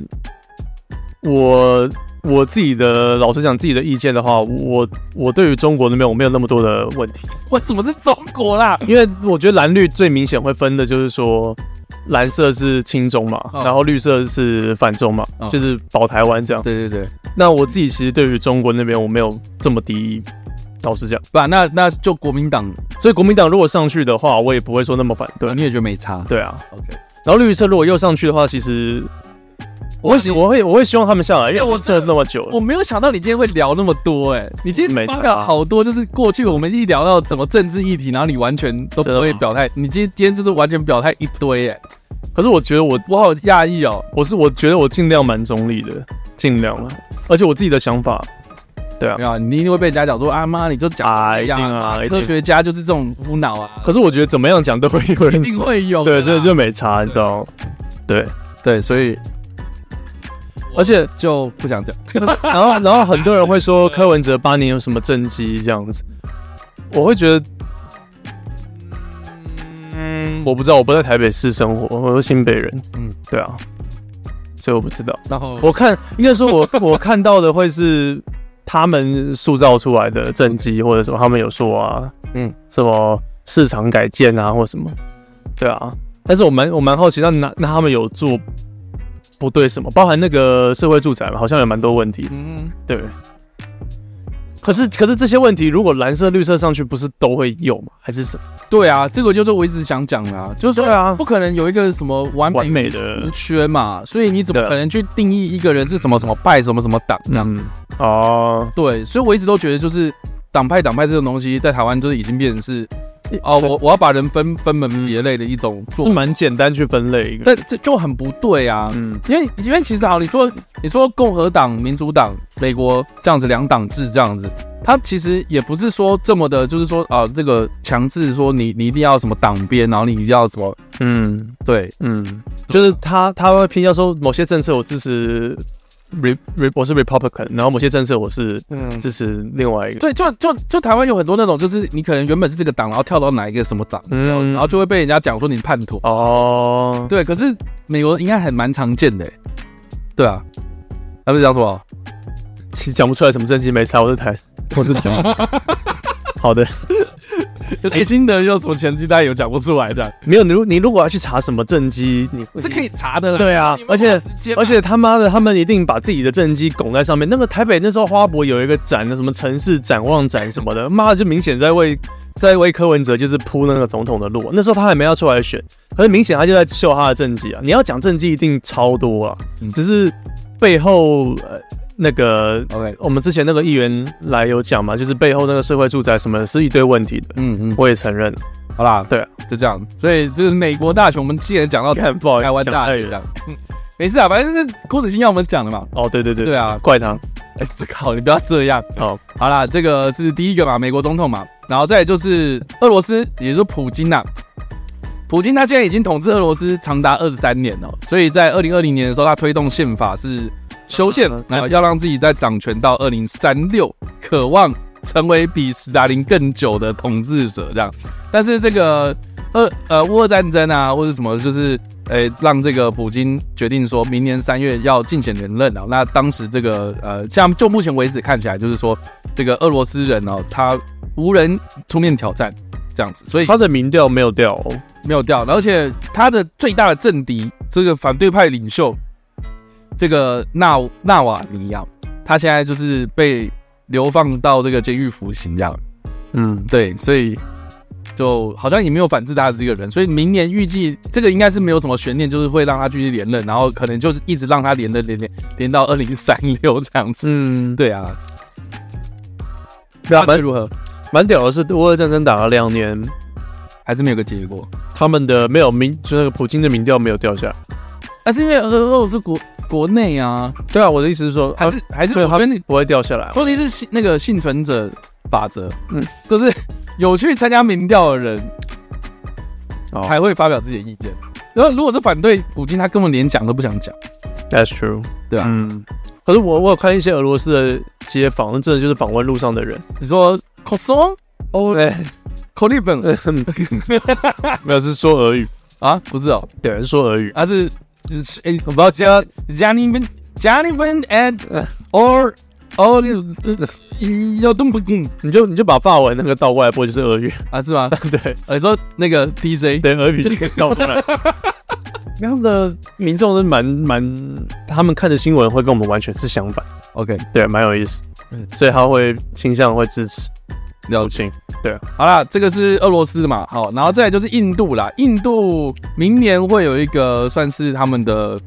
[SPEAKER 3] 我我自己的老实讲自己的意见的话，我我对于中国那边我没有那么多的问题。
[SPEAKER 2] 为什么是中国啦？
[SPEAKER 3] 因为我觉得蓝绿最明显会分的就是说，蓝色是亲中嘛，
[SPEAKER 2] 嗯
[SPEAKER 3] 然后绿色是反中嘛，
[SPEAKER 2] 嗯
[SPEAKER 3] 就是保台湾这样。
[SPEAKER 2] 对对对，
[SPEAKER 3] 那我自己其实对于中国那边我没有这么敌意，老实讲，
[SPEAKER 2] 不然那那就国民党，
[SPEAKER 3] 所以国民党如果上去的话，我也不会说那么反对
[SPEAKER 2] 对，。你也觉得没差。
[SPEAKER 3] 对啊，
[SPEAKER 2] OK，
[SPEAKER 3] 然后绿色如果又上去的话，其实我会我会我会希望他们下来，因为
[SPEAKER 2] 哎我
[SPEAKER 3] 我真的那么久了
[SPEAKER 2] 我。没有想到你今天会聊那么多哎、你今天
[SPEAKER 3] 没
[SPEAKER 2] 发
[SPEAKER 3] 差
[SPEAKER 2] 表好多，就是过去我们一聊到怎么政治议题，然后你完全都不
[SPEAKER 3] 真
[SPEAKER 2] 会
[SPEAKER 3] 的吗
[SPEAKER 2] 表态，你今天今天就是完全表态一堆哎、
[SPEAKER 3] 可是我觉得我
[SPEAKER 2] 我好讶异哦。
[SPEAKER 3] 我是我觉得我尽量蛮中立的，尽量了，而且我自己的想法，对啊
[SPEAKER 2] 没。有啊，你一定会被人家讲说啊妈，你就讲
[SPEAKER 3] 啊
[SPEAKER 2] 这样
[SPEAKER 3] 一定啊一定
[SPEAKER 2] 科学家就是这种无脑啊，
[SPEAKER 3] 可是我觉得怎么样讲都会有
[SPEAKER 2] 一
[SPEAKER 3] 人
[SPEAKER 2] 定
[SPEAKER 3] 说
[SPEAKER 2] 会有的
[SPEAKER 3] 对，
[SPEAKER 2] 啦。
[SPEAKER 3] 这就没差，你知道吗？对，
[SPEAKER 2] 对，所以
[SPEAKER 3] 而 且
[SPEAKER 2] 就不想讲。
[SPEAKER 3] 然后然后很多人会说柯文哲八年有什么政绩这样子，我会觉得，嗯，我不知道，我不在台北市生活，我是新北人，
[SPEAKER 2] 嗯
[SPEAKER 3] 嗯，对啊，所以我不知道。
[SPEAKER 2] 然后
[SPEAKER 3] 我看应该说 我我看到的会是他们塑造出来的政绩或者什么，他们有说啊，
[SPEAKER 2] 嗯
[SPEAKER 3] 嗯，什么市场改建啊或什么，对啊。但是我蛮我蛮好奇，那那那他们有做不对什么，包含那个社会住宅嘛，好像有蛮多问题，
[SPEAKER 2] 嗯，
[SPEAKER 3] 对。可是可是这些问题，如果蓝色绿色上去，不是都会有吗？还是什么？
[SPEAKER 2] 对啊，这个就是我一直想讲的啊，就是
[SPEAKER 3] 对
[SPEAKER 2] 说
[SPEAKER 3] 啊
[SPEAKER 2] 不，可能有一个什么完
[SPEAKER 3] 完
[SPEAKER 2] 美
[SPEAKER 3] 美
[SPEAKER 2] 无
[SPEAKER 3] 的，
[SPEAKER 2] 缺嘛，所以你怎么
[SPEAKER 3] 对啊
[SPEAKER 2] 可能去定义一个人是什么什么派什么什么党这样？
[SPEAKER 3] 嗯，哦，
[SPEAKER 2] 对，所以我一直都觉得就是党派党派这种东西在台湾就是已经变成是哦，
[SPEAKER 3] 对
[SPEAKER 2] 我我要把人分分门别类的一种做
[SPEAKER 3] 是
[SPEAKER 2] 法，
[SPEAKER 3] 蛮简单去分类一个，
[SPEAKER 2] 但这就很不对啊。
[SPEAKER 3] 嗯，
[SPEAKER 2] 因为因为其实好，你说你说共和党、民主党、美国这样子两党制这样子，它其实也不是说这么的，就是说啊，这个强制说你你一定要什么党鞭，然后你一定要怎么
[SPEAKER 3] 嗯。
[SPEAKER 2] 对啊
[SPEAKER 3] 嗯，就是他他会偏向说某些政策我支持 re re 我是 Republican，然后某些政策我是
[SPEAKER 2] 嗯。
[SPEAKER 3] 支持另外一个。
[SPEAKER 2] 对，就就就台湾有很多那种，就是你可能原本是这个党，然后跳到哪一个什么党，
[SPEAKER 3] 嗯
[SPEAKER 2] 然后就会被人家讲说你叛徒。
[SPEAKER 3] 哦，
[SPEAKER 2] 对，可是美国应该还蛮常见的欸，对啊，他们讲什么？
[SPEAKER 3] 其实讲不出来什么政绩没差，我是台，我是讲。 好的，
[SPEAKER 2] 就
[SPEAKER 3] 哎
[SPEAKER 2] 雷金德有什么前期大家有讲不出来的，
[SPEAKER 3] 没有你如你如果要去查什么政绩，你
[SPEAKER 2] 是可以查的啦。
[SPEAKER 3] 对啊
[SPEAKER 2] 你们
[SPEAKER 3] 而且
[SPEAKER 2] 花时间
[SPEAKER 3] 而且他妈的，他们一定把自己的政绩拱在上面。那个台北那时候花博有一个展，那什么城市展望展什么的，妈的就明显在为 在为柯文哲就是铺那个总统的路。那时候他还没要出来选，可是明显他就在秀他的政绩啊。你要讲政绩一定超多啊
[SPEAKER 2] 嗯，
[SPEAKER 3] 只是背后呃那个
[SPEAKER 2] OK，
[SPEAKER 3] 我们之前那个议员来有讲嘛，就是背后那个社会住宅什么是一堆问题的，
[SPEAKER 2] 嗯嗯，
[SPEAKER 3] 我也承认。
[SPEAKER 2] 好啦，
[SPEAKER 3] 对啊，
[SPEAKER 2] 就这样。所以就是美国大学，我们既然讲到
[SPEAKER 3] 看，不好意
[SPEAKER 2] 哦
[SPEAKER 3] 思，
[SPEAKER 2] 台湾大
[SPEAKER 3] 讲太
[SPEAKER 2] 学
[SPEAKER 3] 远
[SPEAKER 2] 这样，嗯，没事啊，反正是郭子兴要我们讲的嘛。
[SPEAKER 3] 哦，对对对，
[SPEAKER 2] 对啊
[SPEAKER 3] 怪他。
[SPEAKER 2] 哎、 靠，你不要这样。
[SPEAKER 3] 哦，
[SPEAKER 2] 好啦，这个是第一个嘛，美国总统嘛，然后再来就是俄罗斯，也就是普京呐、普京他现在已经统治俄罗斯长达二十三年了，所以在二零二零年的时候，他推动宪法是修宪
[SPEAKER 3] 嗯，
[SPEAKER 2] 然后要让自己在掌权到二零三六，渴望成为比斯大林更久的统治者这样。但是这个俄呃乌俄战争啊，或者什么，就是诶、呃让这个普京决定说明年三月要竞选连任啊。那当时这个呃，像就目前为止看起来，就是说这个俄罗斯人哦、他无人出面挑战这样子，所以
[SPEAKER 3] 他的民调没有掉哦，
[SPEAKER 2] 呃没有掉。而且他的最大的政敌，这个反对派领袖，这个纳纳瓦尼亚，他现在就是被流放到这个监狱服刑这样。
[SPEAKER 3] 嗯，
[SPEAKER 2] 对，所以就好像也没有反制他的这个人，所以明年预计这个应该是没有什么悬念，就是会让他继续连任，然后可能就是一直让他连任连连连到二零三六这样子。
[SPEAKER 3] 嗯，
[SPEAKER 2] 对啊，
[SPEAKER 3] 对啊，
[SPEAKER 2] 那
[SPEAKER 3] 蛮
[SPEAKER 2] 如何
[SPEAKER 3] 蛮屌的是，乌俄战争打了两年，
[SPEAKER 2] 还是没有个结果。
[SPEAKER 3] 他们的没有民，就那个普京的民调没有掉下来。
[SPEAKER 2] 但啊是因为俄俄罗斯国国内啊，
[SPEAKER 3] 对啊，我的意思是说，
[SPEAKER 2] 还
[SPEAKER 3] 他
[SPEAKER 2] 是还是
[SPEAKER 3] 所以
[SPEAKER 2] 我
[SPEAKER 3] 他
[SPEAKER 2] 觉得你
[SPEAKER 3] 不会掉下来哦。
[SPEAKER 2] 说的是幸那个幸存者法则，嗯
[SPEAKER 3] 嗯，
[SPEAKER 2] 就是有去参加民调的人
[SPEAKER 3] 哦
[SPEAKER 2] 才会发表自己的意见。然后如果是反对普京，他根本连讲都不想讲。
[SPEAKER 3] That's true，
[SPEAKER 2] 对啊
[SPEAKER 3] 嗯，可是我我有看一些俄罗斯的街访，那真的就是访问路上的人。
[SPEAKER 2] 你说 c o s o 哦
[SPEAKER 3] 对，
[SPEAKER 2] c o l i b a n
[SPEAKER 3] 没有是说俄语，
[SPEAKER 2] 啊，不是哦，
[SPEAKER 3] 对，是说俄语。
[SPEAKER 2] 他是是哎，我不知道叫 Jonathan Jonathan and or or 要动不动
[SPEAKER 3] 你就你就把法文那个倒过来播就是俄语，
[SPEAKER 2] 啊，是吗？
[SPEAKER 3] 对
[SPEAKER 2] 呃你说那个 DJ
[SPEAKER 3] 对，俄语就可以倒 过来。那他们的民众是蛮蛮，他们看的新闻会跟我们完全是相反，
[SPEAKER 2] OK
[SPEAKER 3] 对，蛮有意思，
[SPEAKER 2] 嗯
[SPEAKER 3] 所以他会倾向会支持
[SPEAKER 2] 了
[SPEAKER 3] 普
[SPEAKER 2] 解。
[SPEAKER 3] 京。
[SPEAKER 2] 好啦，这个是俄罗斯嘛，好，然后再来就是印度啦，印度明年会有一个算是他们的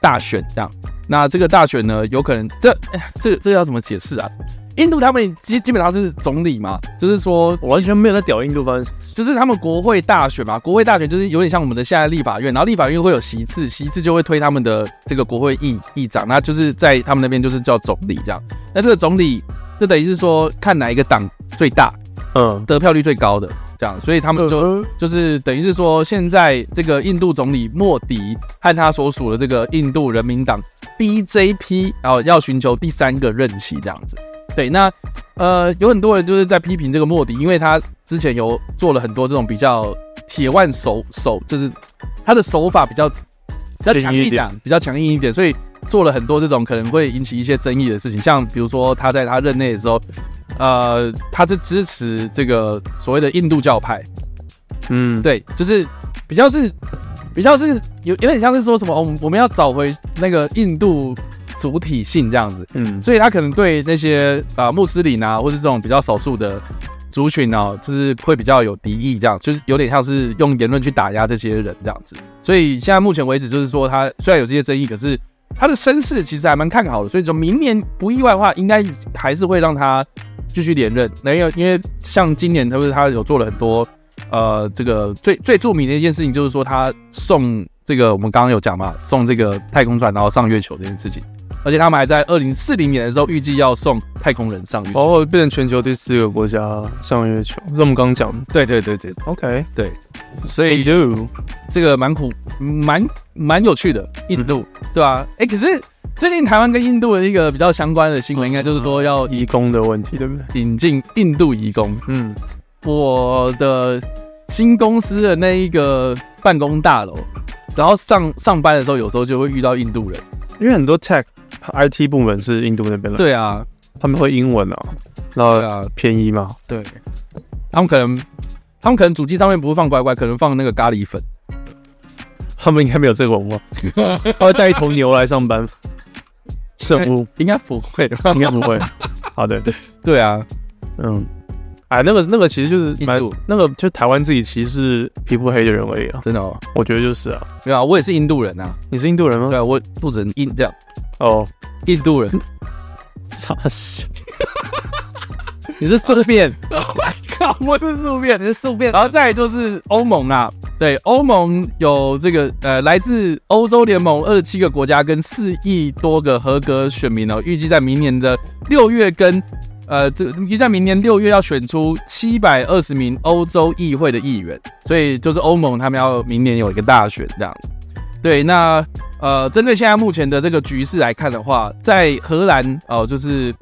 [SPEAKER 2] 大选这样。那这个大选呢，有可能这哎呀这这个要怎么解释啊？印度他们基基本上是总理嘛，就是说
[SPEAKER 3] 我完全没有在屌印度发生什么事，
[SPEAKER 2] 就是他们国会大选嘛，国会大选就是有点像我们的现在立法院，然后立法院会有席次，席次就会推他们的这个国会议议长，那就是在他们那边就是叫总理这样。那这个总理就等于是说看哪一个党最大，
[SPEAKER 3] 嗯，
[SPEAKER 2] 得票率最高的这样，所以他们就、就是等于是说，现在这个印度总理莫迪和他所属的这个印度人民党 BJP，然后要寻求第三个任期这样子。对，那呃，有很多人就是在批评这个莫迪，因为他之前有做了很多这种比较铁腕手手，就是他的手法比较比较强硬
[SPEAKER 3] 硬一
[SPEAKER 2] 一点
[SPEAKER 3] 点，
[SPEAKER 2] 比较强硬一点，所以做了很多这种可能会引起一些争议的事情，像比如说他在他任内的时候，呃，他是支持这个所谓的印度教派，
[SPEAKER 3] 嗯，对，
[SPEAKER 2] 对，就是比较是比较是有有点像是说什么，哦我们、我们要找回那个印度主体性这样子，
[SPEAKER 3] 嗯，
[SPEAKER 2] 所以他可能对那些啊、呃穆斯林啊，或是这种比较少数的族群啊，就是会比较有敌意，这样就是有点像是用言论去打压这些人这样子。所以现在目前为止，就是说他虽然有这些争议，可是他的身世其实还蛮看好的，所以说明年不意外的话，应该还是会让他继续连任。那因为因为像今年，他不是他有做了很多呃，这个最最著名的一件事情，就是说他送这个我们刚刚有讲嘛，送这个太空船然后上月球这件事情。而且他们还在二零四零年的时候预计要送太空人上月球。
[SPEAKER 3] 然后变成全球第四个国家上月球，这我们刚讲的。
[SPEAKER 2] 对对对对，
[SPEAKER 3] OK，
[SPEAKER 2] 所以
[SPEAKER 3] do，
[SPEAKER 2] 这个蛮苦，蛮蛮有趣的印度，对吧、啊？哎、可是最近台湾跟印度的一个比较相关的新闻，应该就是说要
[SPEAKER 3] 移工的问题，对不对？
[SPEAKER 2] 引进印度移工。
[SPEAKER 3] 嗯，
[SPEAKER 2] 我的新公司的那一个办公大楼，然后上上班的时候，有时候就会遇到印度人。
[SPEAKER 3] 因为很多 tech IT 部门是印度那边的，，
[SPEAKER 2] 对啊，
[SPEAKER 3] 他们会英文啊，然后
[SPEAKER 2] 对啊，
[SPEAKER 3] 便宜嘛，
[SPEAKER 2] 对，他们可能他们可能主机上面不是放乖乖，可能放那个咖喱粉。
[SPEAKER 3] 他们应该没有这个文 化，他会带一头牛来上班，圣物
[SPEAKER 2] 哎应该不会吧？
[SPEAKER 3] 应该不 会。好的，
[SPEAKER 2] 对啊，
[SPEAKER 3] 嗯，哎，那个那个其实就是蛮
[SPEAKER 2] 印度
[SPEAKER 3] 那个，就台湾自己歧视皮肤黑的人而已啊，
[SPEAKER 2] 真的哦，
[SPEAKER 3] 我觉得就是啊。
[SPEAKER 2] 没有啊，我也是印度人啊，
[SPEAKER 3] 你是印度人吗
[SPEAKER 2] 对？啊，我肚子很硬这样，
[SPEAKER 3] 哦，
[SPEAKER 2] 印度人，
[SPEAKER 3] 傻笑。你是宿便，啊
[SPEAKER 2] 靠，我是宿便。
[SPEAKER 3] 你是宿便，
[SPEAKER 2] 然后再来就是欧盟啦、对，欧盟有这个呃，来自欧洲联盟二十七个国家跟四亿多个合格选民哦，预计在明年的六月跟呃，这预计在明年六月要选出七百二十名欧洲议会的议员，所以就是欧盟他们要明年有一个大选这样。对，那呃，针对现在目前的这个局势来看的话，在荷兰哦、就是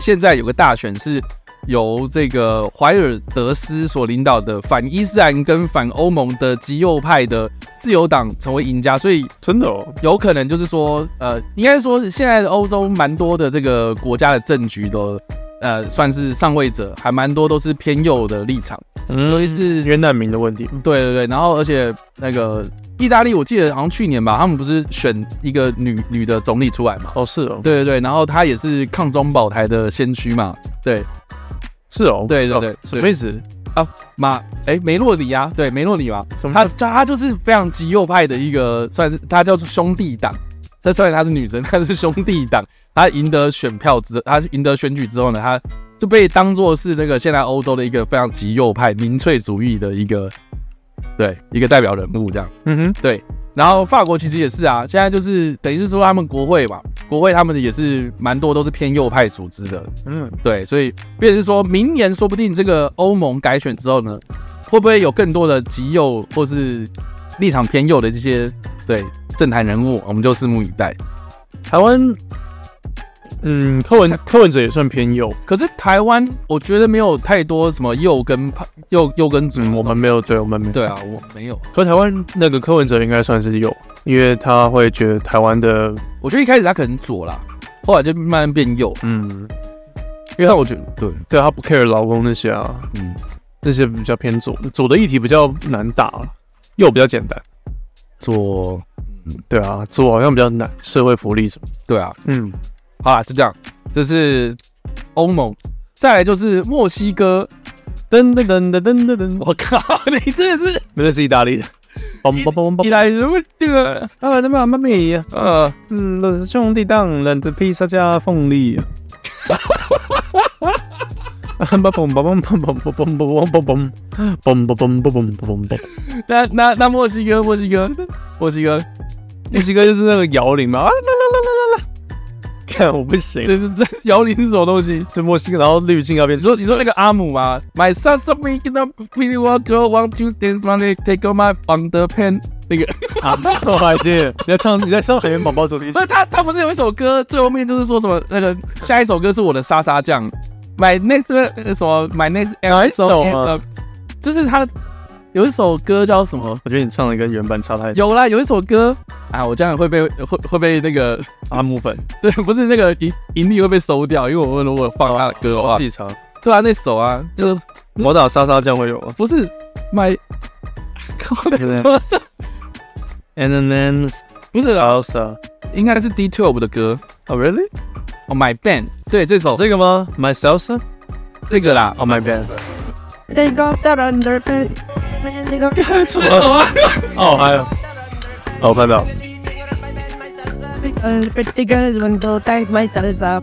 [SPEAKER 2] 现在有个大选是由这个怀尔德斯所领导的反伊斯兰跟反欧盟的极右派的自由党成为赢家，所以
[SPEAKER 3] 真的哦，
[SPEAKER 2] 有可能就是说，呃，应该说现在的欧洲蛮多的这个国家的政局都，呃，算是上位者，还蛮多都是偏右的立场。
[SPEAKER 3] 嗯，是原难民的问题吗，
[SPEAKER 2] 对对对，然后而且那个意大利，我记得好像去年吧，他们不是选一个女女的总理出来嘛？
[SPEAKER 3] 哦是哦，
[SPEAKER 2] 对对对，然后她也是抗中保台的先驱嘛，对，
[SPEAKER 3] 是哦，
[SPEAKER 2] 对对
[SPEAKER 3] 哦
[SPEAKER 2] 对
[SPEAKER 3] 什么意思？
[SPEAKER 2] 马哎梅洛里啊，对梅洛里嘛，
[SPEAKER 3] 什么
[SPEAKER 2] 她她她就是非常极右派的一个，算是她叫做兄弟党。她虽然她是女生，但是兄弟党，她赢得选票之，她赢得选举之后呢，她就被当做是这个现在欧洲的一个非常极右派民粹主义的一个，对一个代表人物这样。
[SPEAKER 3] 嗯哼，
[SPEAKER 2] 然后法国其实也是啊，现在就是等于是说他们国会嘛，国会他们也是蛮多都是偏右派组织的，
[SPEAKER 3] 嗯，
[SPEAKER 2] 对，所以便是说明年说不定这个欧盟改选之后呢，会不会有更多的极右或是立场偏右的这些对政坛人物，我们就拭目以待。
[SPEAKER 3] 台湾，嗯，柯文柯文哲也算偏右，
[SPEAKER 2] 可是台湾我觉得没有太多什么右跟派右右跟左，
[SPEAKER 3] 嗯，我们没有，对，我们没有。
[SPEAKER 2] 对啊，我没有。
[SPEAKER 3] 可台湾那个柯文哲应该算是右，因为他会觉得台湾的，
[SPEAKER 2] 我觉得一开始他可能左啦，后来就慢慢变右，
[SPEAKER 3] 嗯，
[SPEAKER 2] 因为他我觉得对，
[SPEAKER 3] 对他不 care 劳工那些啊，
[SPEAKER 2] 嗯，
[SPEAKER 3] 那些比较偏左，左的议题比较难打啊，右比较简单。
[SPEAKER 2] 左
[SPEAKER 3] 对啊，左好像比较难，社会福利什么，
[SPEAKER 2] 对啊，
[SPEAKER 3] 嗯，
[SPEAKER 2] 好啦，就这样，这是欧盟，再来就是墨西哥。
[SPEAKER 3] 噔噔噔噔噔噔噔，
[SPEAKER 2] 我靠，你真的是
[SPEAKER 3] 那是意大利的，嘣嘣嘣嘣
[SPEAKER 2] 意
[SPEAKER 3] 嘣，
[SPEAKER 2] 大利人为这个
[SPEAKER 3] 啊，那妈妈咪，
[SPEAKER 2] 呃，
[SPEAKER 3] 嗯，兄弟党人的披萨加凤梨。嘣嘣嘣嘣嘣嘣嘣嘣嘣嘣嘣嘣嘣嘣嘣嘣嘣。
[SPEAKER 2] 那那那墨西哥，墨西哥，墨西哥，
[SPEAKER 3] 墨西哥就是那个摇铃嘛，啊啦啦啦啦啦啦，看我不行，
[SPEAKER 2] 这这 这摇铃是什么东西？
[SPEAKER 3] 就墨西哥，然后滤镜要变
[SPEAKER 2] 你，说你说那个阿姆啊吗？My son something in the pretty world girl want to dance money take o my underpants 那个，
[SPEAKER 3] 啊，我还听，你在唱你在唱海绵宝宝主题曲
[SPEAKER 2] 不，是他他不是有一首歌最后面就是说什么那个下一首歌是我的沙沙酱，My next 呃什么 My next
[SPEAKER 3] 哪一首
[SPEAKER 2] episode
[SPEAKER 3] 啊
[SPEAKER 2] is a- 就是他有一首歌叫什么？
[SPEAKER 3] 我觉得你唱的跟原版差太多。
[SPEAKER 2] 有啦，有一首歌啊，我这样会被会会被那个
[SPEAKER 3] 阿木粉，
[SPEAKER 2] 对，不是那个盈盈利会被收掉，因为我如果放他的歌的话
[SPEAKER 3] 自，己唱，
[SPEAKER 2] 对啊，那首啊，就是
[SPEAKER 3] 我打沙沙酱会有啊。
[SPEAKER 2] 不是 my，靠，那
[SPEAKER 3] 对
[SPEAKER 2] 个什么
[SPEAKER 3] And then
[SPEAKER 2] 不是啊，
[SPEAKER 3] salsa，
[SPEAKER 2] 应该是 D Twelve 的歌
[SPEAKER 3] 哦，really？
[SPEAKER 2] 哦，My Band，对，这首
[SPEAKER 3] Oh. 这个吗？My salsa？
[SPEAKER 2] 这个啦，
[SPEAKER 3] 哦，My band。
[SPEAKER 4] They got that underpants. They got that
[SPEAKER 3] 什么？哦，还有，哦，我看 到，
[SPEAKER 4] underpants. They got that underpants.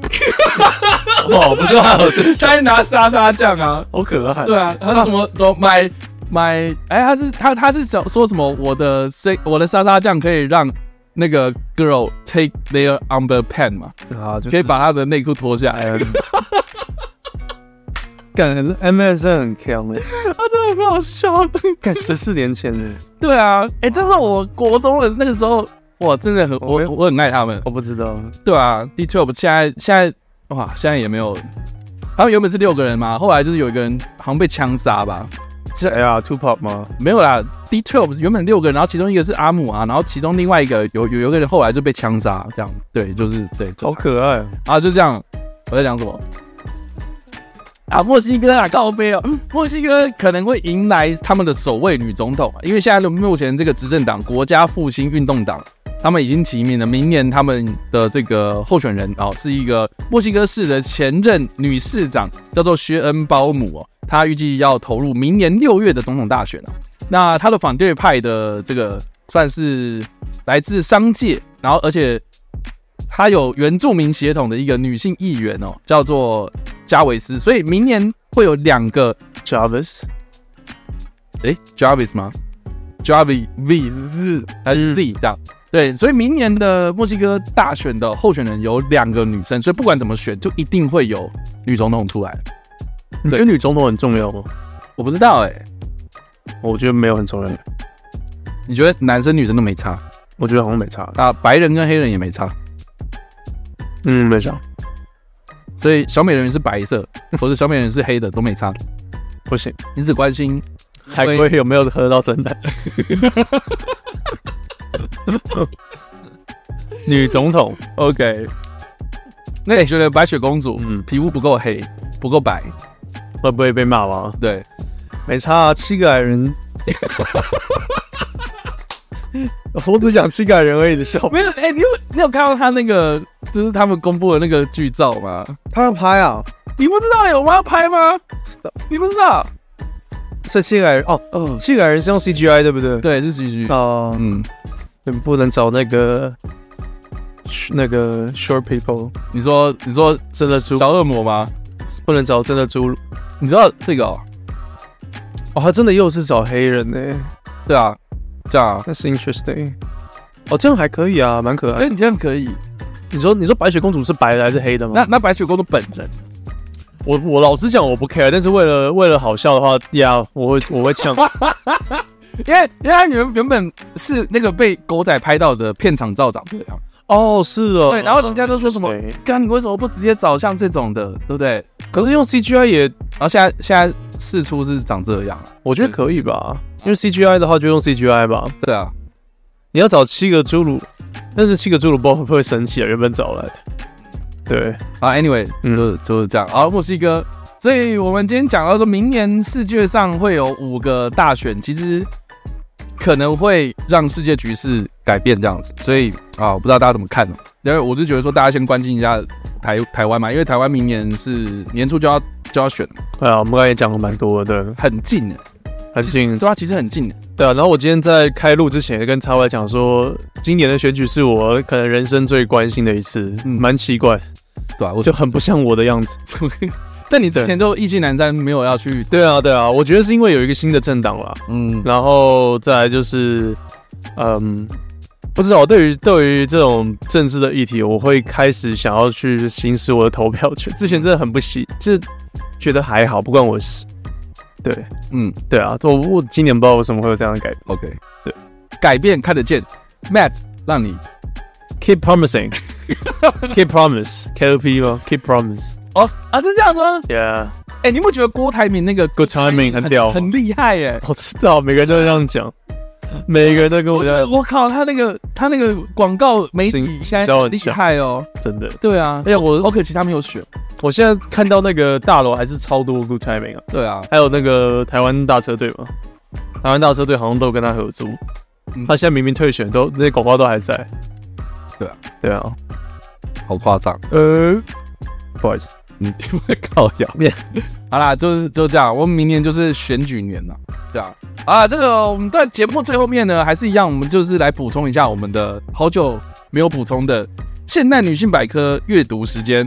[SPEAKER 3] 哇，我哦不知道还有这，
[SPEAKER 2] 在拿沙沙酱啊，
[SPEAKER 3] 好可爱。
[SPEAKER 2] 对啊，他什么什么 My My，哎，他是他他是想说什么？我的 C 我的沙沙酱可以让那个 girl take their underpants 嘛，
[SPEAKER 3] 啊，就
[SPEAKER 2] 可以
[SPEAKER 3] 是
[SPEAKER 2] 把她的内裤脱下来。
[SPEAKER 3] 哎呀。干 MSN 很强哎，
[SPEAKER 2] 他真的很好笑。
[SPEAKER 3] 干十四年前的，
[SPEAKER 2] 对啊，哎、这是我国中的那个时候，哇，真的很
[SPEAKER 3] 我没
[SPEAKER 2] 我
[SPEAKER 3] 有
[SPEAKER 2] 我很爱他们。
[SPEAKER 3] 我不知道。
[SPEAKER 2] 对啊，D Twelve 现在现在哇，现在也没有，他们原本是六个人嘛，后来就是有一个人好像被枪杀吧，
[SPEAKER 3] 是 L Two Pop 吗？
[SPEAKER 2] 没有啦。D Twelve 原本六个人，然后其中一个是阿姆啊，然后其中另外一个有有有一个人后来就被枪杀，这样对，就是对，就
[SPEAKER 3] 好可爱哦，
[SPEAKER 2] 啊就这样。我在讲什么？啊，墨西哥啊，靠背哦，墨西哥可能会迎来他们的首位女总统，啊因为现在的目前这个执政党国家复兴运动党，他们已经提名了明年他们的这个候选人哦，是一个墨西哥市的前任女市长，叫做薛恩包姆哦，她预计要投入明年六月的总统大选啊。那她的反对派的这个算是来自商界，然后而且他有原住民血统的一个女性议员哦，叫做加维斯，所以明年会有两个
[SPEAKER 3] Jarvis
[SPEAKER 2] 诶 Jarvis 吗？Jarvis V Z 还是 Z 这样？对，所以明年的墨西哥大选的候选人有两个女生，所以不管怎么选，就一定会有女总统出来。
[SPEAKER 3] 你觉得女总统很重要吗？
[SPEAKER 2] 我不知道哎、
[SPEAKER 3] 我觉得没有很重要，
[SPEAKER 2] 你觉得男生女生都没差
[SPEAKER 3] 我觉得好像没差。
[SPEAKER 2] 啊？白人跟黑人也没差，
[SPEAKER 3] 嗯，没差，
[SPEAKER 2] 所以小美人鱼是白色，或者小美人鱼是黑的都没差。
[SPEAKER 3] 不行。
[SPEAKER 2] 你只关心
[SPEAKER 3] 海龟有没有喝到真奶？女总统，
[SPEAKER 2] OK。那你觉得白雪公主
[SPEAKER 3] 嗯，
[SPEAKER 2] 皮肤不够黑，不够白？
[SPEAKER 3] 会不会被骂吗？
[SPEAKER 2] 对，
[SPEAKER 3] 没差、啊，七个矮人。我只讲七个矮人而已的笑话，
[SPEAKER 2] 没有哎、你有你有看到他那个就是他们公布的那个剧照吗？
[SPEAKER 3] 他要拍啊，
[SPEAKER 2] 你不知道有我们要拍吗？你不知道？
[SPEAKER 3] 这七个矮人哦，
[SPEAKER 2] 嗯，
[SPEAKER 3] 七个矮人是用 CGI 对不对？
[SPEAKER 2] 对，是徐徐。
[SPEAKER 3] 哦、
[SPEAKER 2] 嗯，
[SPEAKER 3] 你们不能找那个那个 short people，
[SPEAKER 2] 你说你说
[SPEAKER 3] 真的猪
[SPEAKER 2] 小恶魔吗？
[SPEAKER 3] 不能找真的猪
[SPEAKER 2] 你知道这个哦？
[SPEAKER 3] 哦，他真的又是找黑人呢、
[SPEAKER 2] 对啊，这样啊，
[SPEAKER 3] 那是 interesting。哦，这样还可以啊，蛮可爱
[SPEAKER 2] 所
[SPEAKER 3] 的。
[SPEAKER 2] 以你这样可以。
[SPEAKER 3] 你说，你说白雪公主是白的还是黑的吗？
[SPEAKER 2] 那那白雪公主本人，
[SPEAKER 3] 我我老实讲，我不 care，但是为了为了好笑的话呀，我会我会 呛。
[SPEAKER 2] 因为因为她原原本是那个被狗仔拍到的片场照长这样，
[SPEAKER 3] 哦，是哦，
[SPEAKER 2] 对，然后人家都说什么，
[SPEAKER 3] 对
[SPEAKER 2] 干你为什么不直接找像这种的，对不对？
[SPEAKER 3] 可是用 CGI 也，
[SPEAKER 2] 然后现在现在试出是长这样啊，
[SPEAKER 3] 我觉得可以吧，因为 CGI 的话就用 CGI 吧。
[SPEAKER 2] 对啊，
[SPEAKER 3] 你要找七个侏儒，但是七个侏儒不知道会不会生气啊？原本找来的，对，
[SPEAKER 2] 啊，anyway，
[SPEAKER 3] 嗯
[SPEAKER 2] 就就是这样。好，墨西哥，所以我们今天讲到说，明年世界上会有五个大选，其实可能会让世界局势改变这样子。所以啊，我不知道大家怎么看呢？因为我是觉得说，大家先关心一下台台湾嘛，因为台湾明年是年初就要就要选，
[SPEAKER 3] 对啊，我们刚才也讲了蛮多的，对，
[SPEAKER 2] 很近的，
[SPEAKER 3] 很近，
[SPEAKER 2] 对啊，其实很近的。
[SPEAKER 3] 对啊。然后我今天在开录之前也跟超外讲说，今年的选举是我可能人生最关心的一次，
[SPEAKER 2] 嗯
[SPEAKER 3] 蛮、奇怪，
[SPEAKER 2] 对啊，我
[SPEAKER 3] 就很不像我的样子。
[SPEAKER 2] 但你之前都意兴阑珊，没有要去，
[SPEAKER 3] 对啊，对啊，我觉得是因为有一个新的政党啦，
[SPEAKER 2] 嗯，
[SPEAKER 3] 然后再来就是，嗯，不知道对于对于这种政治的议题，我会开始想要去行使我的投票权。之前真的很不喜，就是觉得还好，不关我的事。对，
[SPEAKER 2] 嗯
[SPEAKER 3] 对啊，我我今年不知道为什么会有这样的改变。
[SPEAKER 2] ，OK，
[SPEAKER 3] 对，
[SPEAKER 2] 改变看得见，Matt 让你
[SPEAKER 3] Keep promising, keep promise, KLP 吗？Keep promise,
[SPEAKER 2] 哦啊，是这样吗？
[SPEAKER 3] yeah。
[SPEAKER 2] 哎、你不觉得郭台铭那个
[SPEAKER 3] Good timing，很屌
[SPEAKER 2] 很厉害耶、
[SPEAKER 3] 我知道，每个人都这样讲，每个人都跟
[SPEAKER 2] 我
[SPEAKER 3] 我
[SPEAKER 2] 觉
[SPEAKER 3] 这
[SPEAKER 2] 得
[SPEAKER 3] 样，
[SPEAKER 2] 我靠，他那个他那个广告媒体
[SPEAKER 3] 行
[SPEAKER 2] 现在
[SPEAKER 3] 销
[SPEAKER 2] 很
[SPEAKER 3] 很
[SPEAKER 2] 厉
[SPEAKER 3] 强
[SPEAKER 2] 害哦。
[SPEAKER 3] 真的。
[SPEAKER 2] 对啊，
[SPEAKER 3] 哎呀，我
[SPEAKER 2] 好可惜他没有选。
[SPEAKER 3] 我现在看到那个大楼还是超多 good timing 啊。
[SPEAKER 2] 对啊，
[SPEAKER 3] 还有那个台湾大车队嘛，台湾大车队好像都有跟他合租，
[SPEAKER 2] 嗯
[SPEAKER 3] 他现在明明退选，都那些广告都还在。
[SPEAKER 2] 对啊，
[SPEAKER 3] 对啊，
[SPEAKER 2] 好夸张，
[SPEAKER 3] 呃，不好意思，
[SPEAKER 2] 你听我靠谣面。好啦，就是就这样，我们明年就是选举年了。对啊，啊，这个我们在节目最后面呢，还是一样，我们就是来补充一下我们的好久没有补充的现代女性百科阅读时间。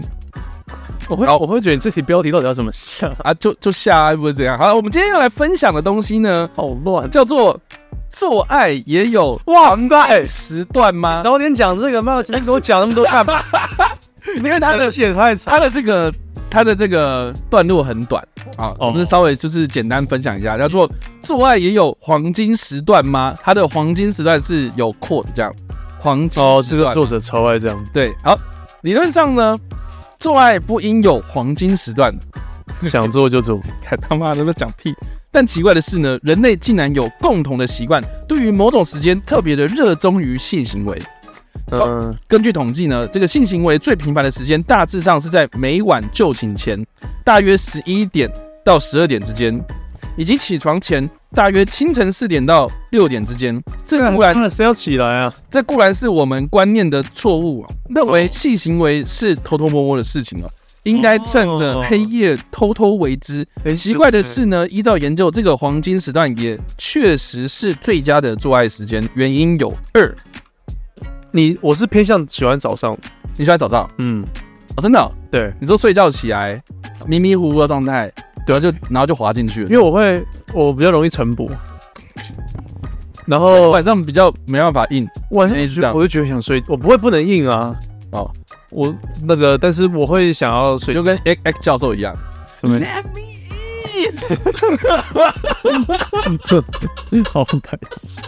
[SPEAKER 3] 我会
[SPEAKER 2] 好
[SPEAKER 3] 我会觉得你这题标题到底要怎么下，
[SPEAKER 2] 啊，就就下啊，又不会怎样。好，我们今天要来分享的东西呢，
[SPEAKER 3] 好乱。
[SPEAKER 2] 叫做做爱也有
[SPEAKER 3] 哇塞，
[SPEAKER 2] 时段吗？
[SPEAKER 3] 早点讲这个嘛，前面给我讲那么多干 嘛？
[SPEAKER 2] 因为它的
[SPEAKER 3] 线太长。
[SPEAKER 2] 它的这个它的这个段落很短啊，
[SPEAKER 3] 哦
[SPEAKER 2] 我们稍微就是简单分享一下，叫做做爱也有黄金时段吗？它的黄金时段是有 quote 这样，黄金
[SPEAKER 3] 哦，
[SPEAKER 2] 时
[SPEAKER 3] 这
[SPEAKER 2] 段
[SPEAKER 3] 个作者超爱这样，
[SPEAKER 2] 对，好，理论上呢，做爱不应有黄金时段，
[SPEAKER 3] 想做就做。
[SPEAKER 2] 看他妈的在讲屁。但奇怪的是呢，人类竟然有共同的习惯，对于某种时间特别的热衷于性行为。
[SPEAKER 3] 嗯，
[SPEAKER 2] 根据统计呢，这个性行为最频繁的时间大致上是在每晚就寝前，大约十一点到十二点之间，以及起床前，大约清晨四点到六点之间。这
[SPEAKER 3] 啊
[SPEAKER 2] 固然，
[SPEAKER 3] 谁要起来啊？
[SPEAKER 2] 这固然是我们观念的错误、哦，认为性行为是偷偷摸摸的事情哦，应该趁着黑夜偷偷为之。
[SPEAKER 3] 很
[SPEAKER 2] 奇怪的是呢，依照研究，这个黄金时段也确实是最佳的做爱时间，原因有二。
[SPEAKER 3] 你我是偏向喜欢早上，
[SPEAKER 2] 你喜欢早上？
[SPEAKER 3] 嗯，
[SPEAKER 2] 哦，真的哦、
[SPEAKER 3] 对，
[SPEAKER 2] 你说睡觉起来迷迷糊糊的状态，对啊，就然后就滑进去了，
[SPEAKER 3] 因为我会我比较容易晨勃，然后
[SPEAKER 2] 晚上比较没办法硬
[SPEAKER 3] 晚上
[SPEAKER 2] 原来
[SPEAKER 3] 我
[SPEAKER 2] 是这样
[SPEAKER 3] 就我就觉得想睡，我不会不能硬啊，
[SPEAKER 2] 哦，
[SPEAKER 3] 我那个，但是我会想要睡
[SPEAKER 2] 就
[SPEAKER 3] 觉，
[SPEAKER 2] 跟 X X 教授一样，
[SPEAKER 3] 好白痴，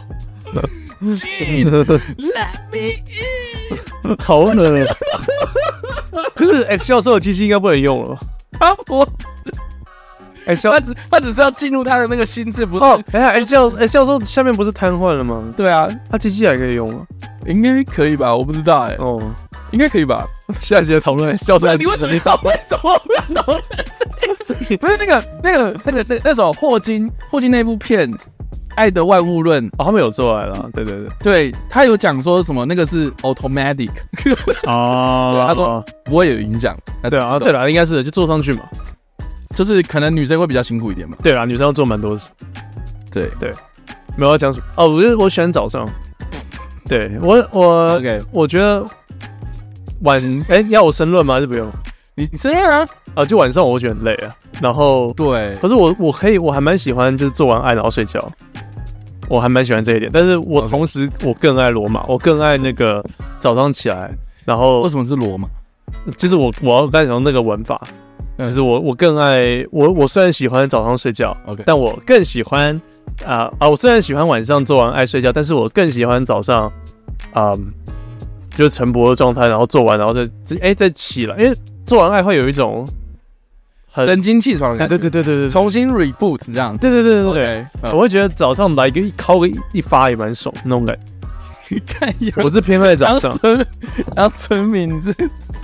[SPEAKER 3] 好冷。可是 X 教授的机器应该不能用了吧
[SPEAKER 2] 啊，我
[SPEAKER 3] ？X 教
[SPEAKER 2] 他只他只是要进入他的那个心智，不是？
[SPEAKER 3] 哦，哎呀，X 教 X 教授下面不是瘫痪了吗？
[SPEAKER 2] 对啊，
[SPEAKER 3] 他机器还可以用吗？
[SPEAKER 2] 应该可以吧？我不知道哎、
[SPEAKER 3] 哦，
[SPEAKER 2] 应该可以吧？
[SPEAKER 3] 下一节讨论 X 教授的
[SPEAKER 2] 你为什么要为什么不要讨论这个？ 不是那个那个那个那那种霍金霍金那部片《爱的万物论》，
[SPEAKER 3] 哦，他们有做来了，对对对，
[SPEAKER 2] 对他有讲说什么那个是 automatic，
[SPEAKER 3] 哦
[SPEAKER 2] 他说不会有影响。那
[SPEAKER 3] 对啊，对
[SPEAKER 2] 了，
[SPEAKER 3] 了，应该是就坐上去嘛，
[SPEAKER 2] 就是可能女生会比较辛苦一点嘛。
[SPEAKER 3] 对了，女生要做蛮多事，
[SPEAKER 2] 对
[SPEAKER 3] 没有要讲什么哦，我就我喜欢早上，对我我
[SPEAKER 2] ，OK，
[SPEAKER 3] 我觉得晚哎、要我申论吗？还是不用
[SPEAKER 2] 你你生日啊？
[SPEAKER 3] 啊？就晚上我会觉得很累啊。然后，
[SPEAKER 2] 对，
[SPEAKER 3] 可是我我可以，我还蛮喜欢，就是做完爱然后睡觉，我还蛮喜欢这一点。但是我
[SPEAKER 2] OK
[SPEAKER 3] 同时我更爱罗马，我更爱那个早上起来，然后
[SPEAKER 2] 为什么是罗马？
[SPEAKER 3] 就是我我要刚才讲到那个文法，
[SPEAKER 2] 嗯
[SPEAKER 3] 就是我我更爱我我虽然喜欢早上睡觉，
[SPEAKER 2] OK，
[SPEAKER 3] 但我更喜欢啊啊、我虽然喜欢晚上做完爱睡觉，但是我更喜欢早上，啊、就是晨勃的状态，然后做完，然后再再哎、再起来，因为做完爱会有一种很
[SPEAKER 2] 神清气爽的
[SPEAKER 3] 哎
[SPEAKER 2] 感
[SPEAKER 3] 对
[SPEAKER 2] 觉，
[SPEAKER 3] 对对对对，
[SPEAKER 2] 重新 reboot 这样。
[SPEAKER 3] 对对嗯对对对。
[SPEAKER 2] OK，
[SPEAKER 3] 我会觉得早上来一个一敲个一一发也蛮爽那种感觉，
[SPEAKER 2] 你看一
[SPEAKER 3] 我是偏爱早
[SPEAKER 2] 当
[SPEAKER 3] 上，
[SPEAKER 2] 村当村民是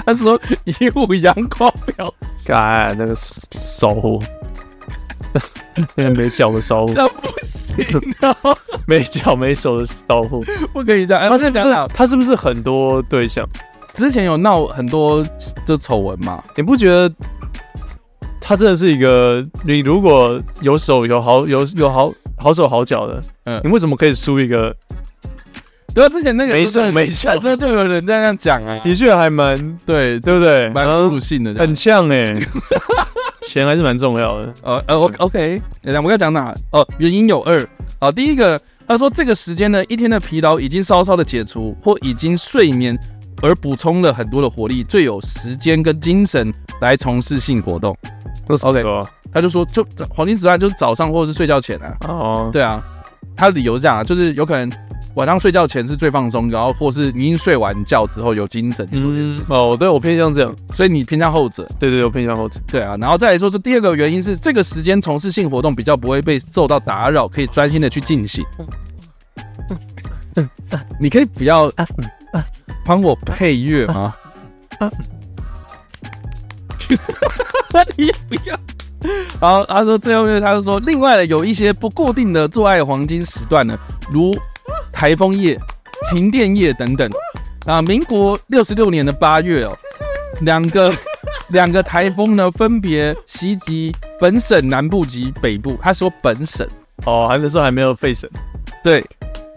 [SPEAKER 2] 他说以武阳光表，
[SPEAKER 3] 哎那个骚货，那个 没脚的骚 货
[SPEAKER 2] 这，样不行啊，
[SPEAKER 3] 没脚没手的骚货，
[SPEAKER 2] 不可以这样。哎，
[SPEAKER 3] 他
[SPEAKER 2] 我
[SPEAKER 3] 是
[SPEAKER 2] 跟你
[SPEAKER 3] 不
[SPEAKER 2] 讲
[SPEAKER 3] 是
[SPEAKER 2] 讲，
[SPEAKER 3] 他是不是很多对象？
[SPEAKER 2] 之前有闹很多就丑闻嘛，
[SPEAKER 3] 你不觉得他真的是一个？你如果有手有好有有好好手好脚的，
[SPEAKER 2] 嗯
[SPEAKER 3] 你为什么可以输一个？
[SPEAKER 2] 对啊，之前那个
[SPEAKER 3] 没
[SPEAKER 2] 时候
[SPEAKER 3] 事没事
[SPEAKER 2] 那时候就有人在那样讲啊，
[SPEAKER 3] 的确还蛮
[SPEAKER 2] 对，
[SPEAKER 3] 对不对？
[SPEAKER 2] 蛮
[SPEAKER 3] 然后
[SPEAKER 2] 不幸的这样
[SPEAKER 3] 很。呛 哎、钱还是蛮重要的。
[SPEAKER 2] 呃呃，O OK，等一下我们要讲哪？哦，原因有二。好，第一个，他说这个时间呢，一天的疲劳已经稍稍的解除，或已经睡眠，而补充了很多的活力，最有时间跟精神来从事性活动。OK，
[SPEAKER 3] 对吧
[SPEAKER 2] 他就说，就黄金时段就是早上或者是睡觉前啊。
[SPEAKER 3] 哦，
[SPEAKER 2] 对啊，他的理由是这样啊，就是有可能晚上睡觉前是最放松，然后或是你已经睡完觉之后有精神去做这件
[SPEAKER 3] 嗯
[SPEAKER 2] 事，，
[SPEAKER 3] 哦，对我偏向这样，
[SPEAKER 2] 所以你偏向后者。
[SPEAKER 3] 对对，我偏向后者。
[SPEAKER 2] 对啊，然后再来说说第二个原因是这个时间从事性活动比较不会被受到打扰，可以专心的去进行。你可以不要帮我配乐吗？ 你不要。然后他说最后面他就说，另外呢有一些不固定的做爱黄金时段呢，如台风夜、停电夜等等。啊，民国六十六年的八月哦，两个两个台风呢，分别袭击本省南部及北部。他说本省
[SPEAKER 3] 哦，还那时候还没有费 神，
[SPEAKER 2] 对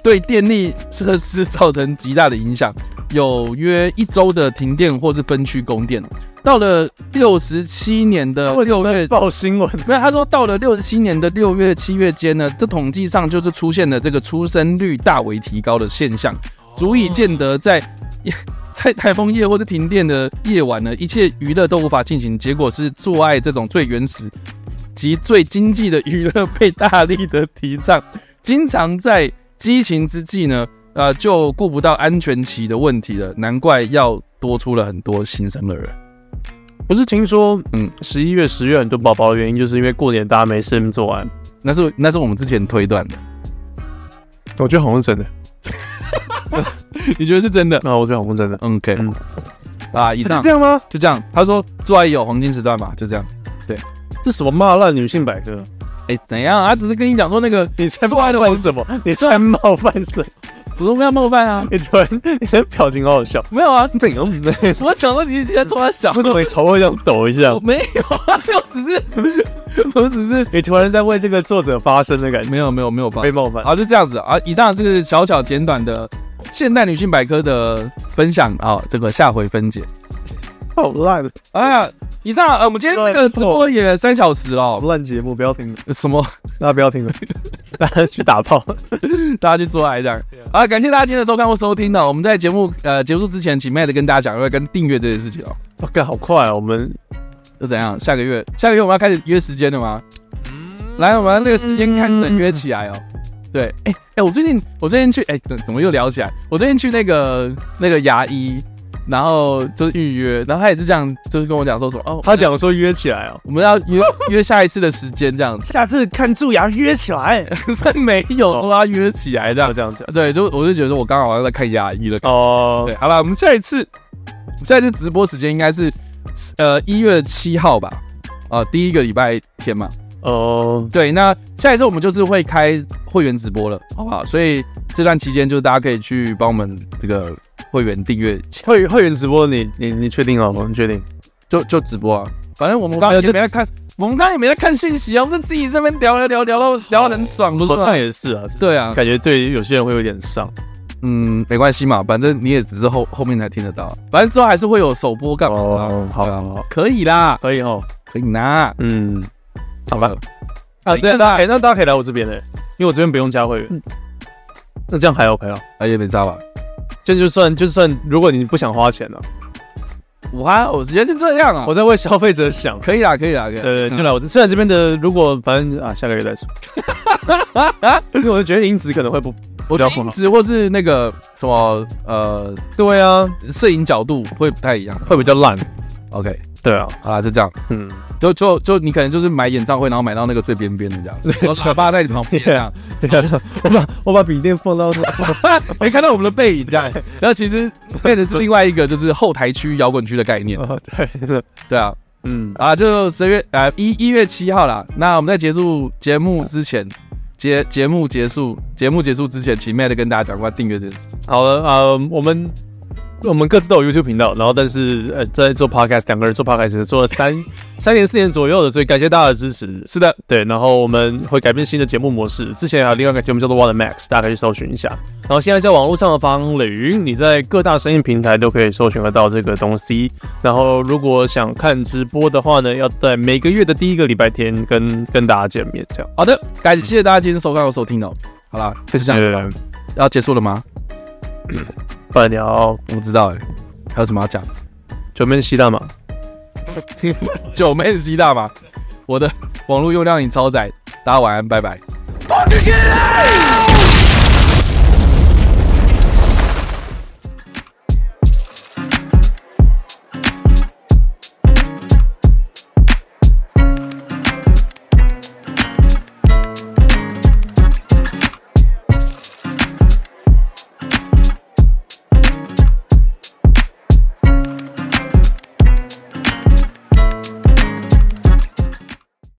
[SPEAKER 2] 对电力设施造成极大的影响，有约一周的停电或是分区供电。到了六十七年的六月，
[SPEAKER 3] 报新闻，
[SPEAKER 2] 没有，他说到了六十七年的六月、七月间呢，这统计上就是出现了这个出生率大为提高的现象，足以见得在 在台风夜或是停电的夜晚呢，一切娱乐都无法进行，结果是做爱这种最原始及最经济的娱乐被大力的提倡，经常在激情之际呢， 呃，就顾不到安全期的问题了，难怪要多出了很多新生儿。
[SPEAKER 3] 不是听说，嗯
[SPEAKER 2] 嗯，
[SPEAKER 3] 十一月、十月很多宝宝的原因，就是因为过年大家没事做完，
[SPEAKER 2] 那是那是我们之前推断的，
[SPEAKER 3] 我觉得好像真的，
[SPEAKER 2] 你觉得是真的？
[SPEAKER 3] 啊，我觉得好像真的，
[SPEAKER 2] OK，、
[SPEAKER 3] 嗯
[SPEAKER 2] 啊，以
[SPEAKER 3] 是
[SPEAKER 2] 上
[SPEAKER 3] 这样吗？
[SPEAKER 2] 就这样。他说做爱也有黄金时段嘛，就这样。
[SPEAKER 3] 这什么骂烂女性百科？
[SPEAKER 2] 哎、怎样？他只是跟你讲说那个
[SPEAKER 3] 你在
[SPEAKER 2] 做爱
[SPEAKER 3] 冒
[SPEAKER 2] 的
[SPEAKER 3] 犯什么？你在冒犯谁？
[SPEAKER 2] 主动跟他冒犯啊，
[SPEAKER 3] 你突然你的表情好好 笑，
[SPEAKER 2] 没有啊，
[SPEAKER 3] 怎样？为
[SPEAKER 2] 我想说你直接冲他小，
[SPEAKER 3] 什么你头会这样抖一下
[SPEAKER 2] 我？没有啊，我只是 我只是
[SPEAKER 3] 你突然在为这个作者发声的感觉，
[SPEAKER 2] 没有没有没有办
[SPEAKER 3] 被
[SPEAKER 2] 法。
[SPEAKER 3] 冒犯。
[SPEAKER 2] 好，就这样子啊。以上这个小小简短的现代女性百科的分享啊、这个下回分解。
[SPEAKER 3] 好烂的
[SPEAKER 2] 哎呀，以上呃，我们今天这个直播也三小时了，
[SPEAKER 3] 烂节目，不要听了，
[SPEAKER 2] 什么
[SPEAKER 3] 大家不要听了， 大家去打炮。
[SPEAKER 2] 大家去做爱这样。啊，感谢大家今天的收看或收听呢。哦我们在节目呃结束之前，请 Matt 跟大家讲一下跟订阅这件事情哦。
[SPEAKER 3] 我干、好快啊！我们
[SPEAKER 2] 又怎样？下个月下个月我们要开始约时间了吗？来，我们那个时间看整约起来哦。对，哎、哎、我最近我最近去哎、怎怎么又聊起来？我最近去那个那个牙医，然后就是预约，然后他也是这样，就是跟我讲说什么哦，
[SPEAKER 3] 他讲说约起来哦，
[SPEAKER 2] 我们要 约约下一次的时间这样子，
[SPEAKER 3] 下次看蛀牙约起来，
[SPEAKER 2] 可是没有 说要约起来这样
[SPEAKER 3] 要。这样讲
[SPEAKER 2] 对，就我就觉得我刚好像在看牙医的感觉
[SPEAKER 3] 哦
[SPEAKER 2] 对，。好吧，我们下一次，我们下一次直播时间应该是呃一月七号吧，啊、第一个礼拜天嘛。
[SPEAKER 3] 哦，
[SPEAKER 2] 对，那下一次我们就是会开会员直播了，好不好？所以这段期间就是大家可以去帮我们这个会员订阅，
[SPEAKER 3] 会会员直播你你你确定哦？我们确定。
[SPEAKER 2] 就就直播啊。反正我们
[SPEAKER 3] 我
[SPEAKER 2] 刚刚
[SPEAKER 3] 们有
[SPEAKER 2] 也
[SPEAKER 3] 就
[SPEAKER 2] 没在看，我们刚刚也没在看讯息啊，我们就自己这边聊聊聊聊到聊得很爽，不是
[SPEAKER 3] 好像
[SPEAKER 2] 吗？
[SPEAKER 3] 也是啊，
[SPEAKER 2] 对啊，
[SPEAKER 3] 感觉对于有些人会有点伤。
[SPEAKER 2] 嗯，没关系嘛，反正你也只是后后面才听得到，啊反正之后还是会有首播干嘛的啊、
[SPEAKER 3] 哦好
[SPEAKER 2] 对啊可以啦，
[SPEAKER 3] 可以哦，
[SPEAKER 2] 可以拿，
[SPEAKER 3] 嗯，好吧。
[SPEAKER 2] 啊，对
[SPEAKER 3] 那
[SPEAKER 2] 啦
[SPEAKER 3] 大，家那嗯大家可以来我这边的，欸因为我这边不用加会员。那这样还 OK 啊？
[SPEAKER 2] 啊也没差吧。
[SPEAKER 3] 这就算就算，如果你不想花钱了，啊
[SPEAKER 2] 哇，我觉得是这样啊，
[SPEAKER 3] 我在为消费者想。
[SPEAKER 2] 可以啦，可以啦，可以嗯啦。
[SPEAKER 3] 呃，就来我这。虽然这边的，如果反正啊，下个月再说。 因为我觉得音质可能会不，
[SPEAKER 2] 我
[SPEAKER 3] 比
[SPEAKER 2] 的
[SPEAKER 3] 较混
[SPEAKER 2] 音
[SPEAKER 3] 乱
[SPEAKER 2] 质或是那个什么呃
[SPEAKER 3] 对啊，
[SPEAKER 2] 摄影角度会不太一样。
[SPEAKER 3] 会比较烂。
[SPEAKER 2] OK，
[SPEAKER 3] 对啊，
[SPEAKER 2] 好啦，就这样，
[SPEAKER 3] 嗯，
[SPEAKER 2] 就就就你可能就是买演唱会，然后买到那个最边边的 这样，然后喇叭在你 旁边这样，
[SPEAKER 3] 啊这个我把我把笔电放到，，
[SPEAKER 2] 没看到我们的背影这样。然后其实变的是另外一个就是后台区摇滚区的概念
[SPEAKER 3] 哦对，
[SPEAKER 2] 对啊，
[SPEAKER 3] 嗯，
[SPEAKER 2] 啊，就十月啊一一月七号啦。那我们在结束节目之前，节节目结束节目结束之前，请 Matt 跟大家讲一下订阅这件事。
[SPEAKER 3] 好了啊、呃我们我们各自都有 YouTube 频道，然后但是呃，在做 Podcast，两个人做 Podcast 做了三三年四年左右的，所以感谢大家的支持。
[SPEAKER 2] 是的，
[SPEAKER 3] 对，然后我们会改变新的节目模式。之前还有另外一个节目叫做《Water Max》，大家可以去搜寻一下。然后现在在网络上的方磊你在各大声音平台都可以搜寻得到这个东西。然后如果想看直播的话呢，要在每个月的第一个礼拜天跟跟大家见面，这样。
[SPEAKER 2] 好的，感谢大家今天收看和收听哦。好啦，就是这样，
[SPEAKER 3] 对，
[SPEAKER 2] 要结束了吗？
[SPEAKER 3] 不然你要
[SPEAKER 2] 我不知道哎、还有什么要讲？
[SPEAKER 3] 全面吸大嘛？
[SPEAKER 2] 九妹是大嘛？我的网络用量已超载，大家晚安，拜拜。
[SPEAKER 1] Fucking get out!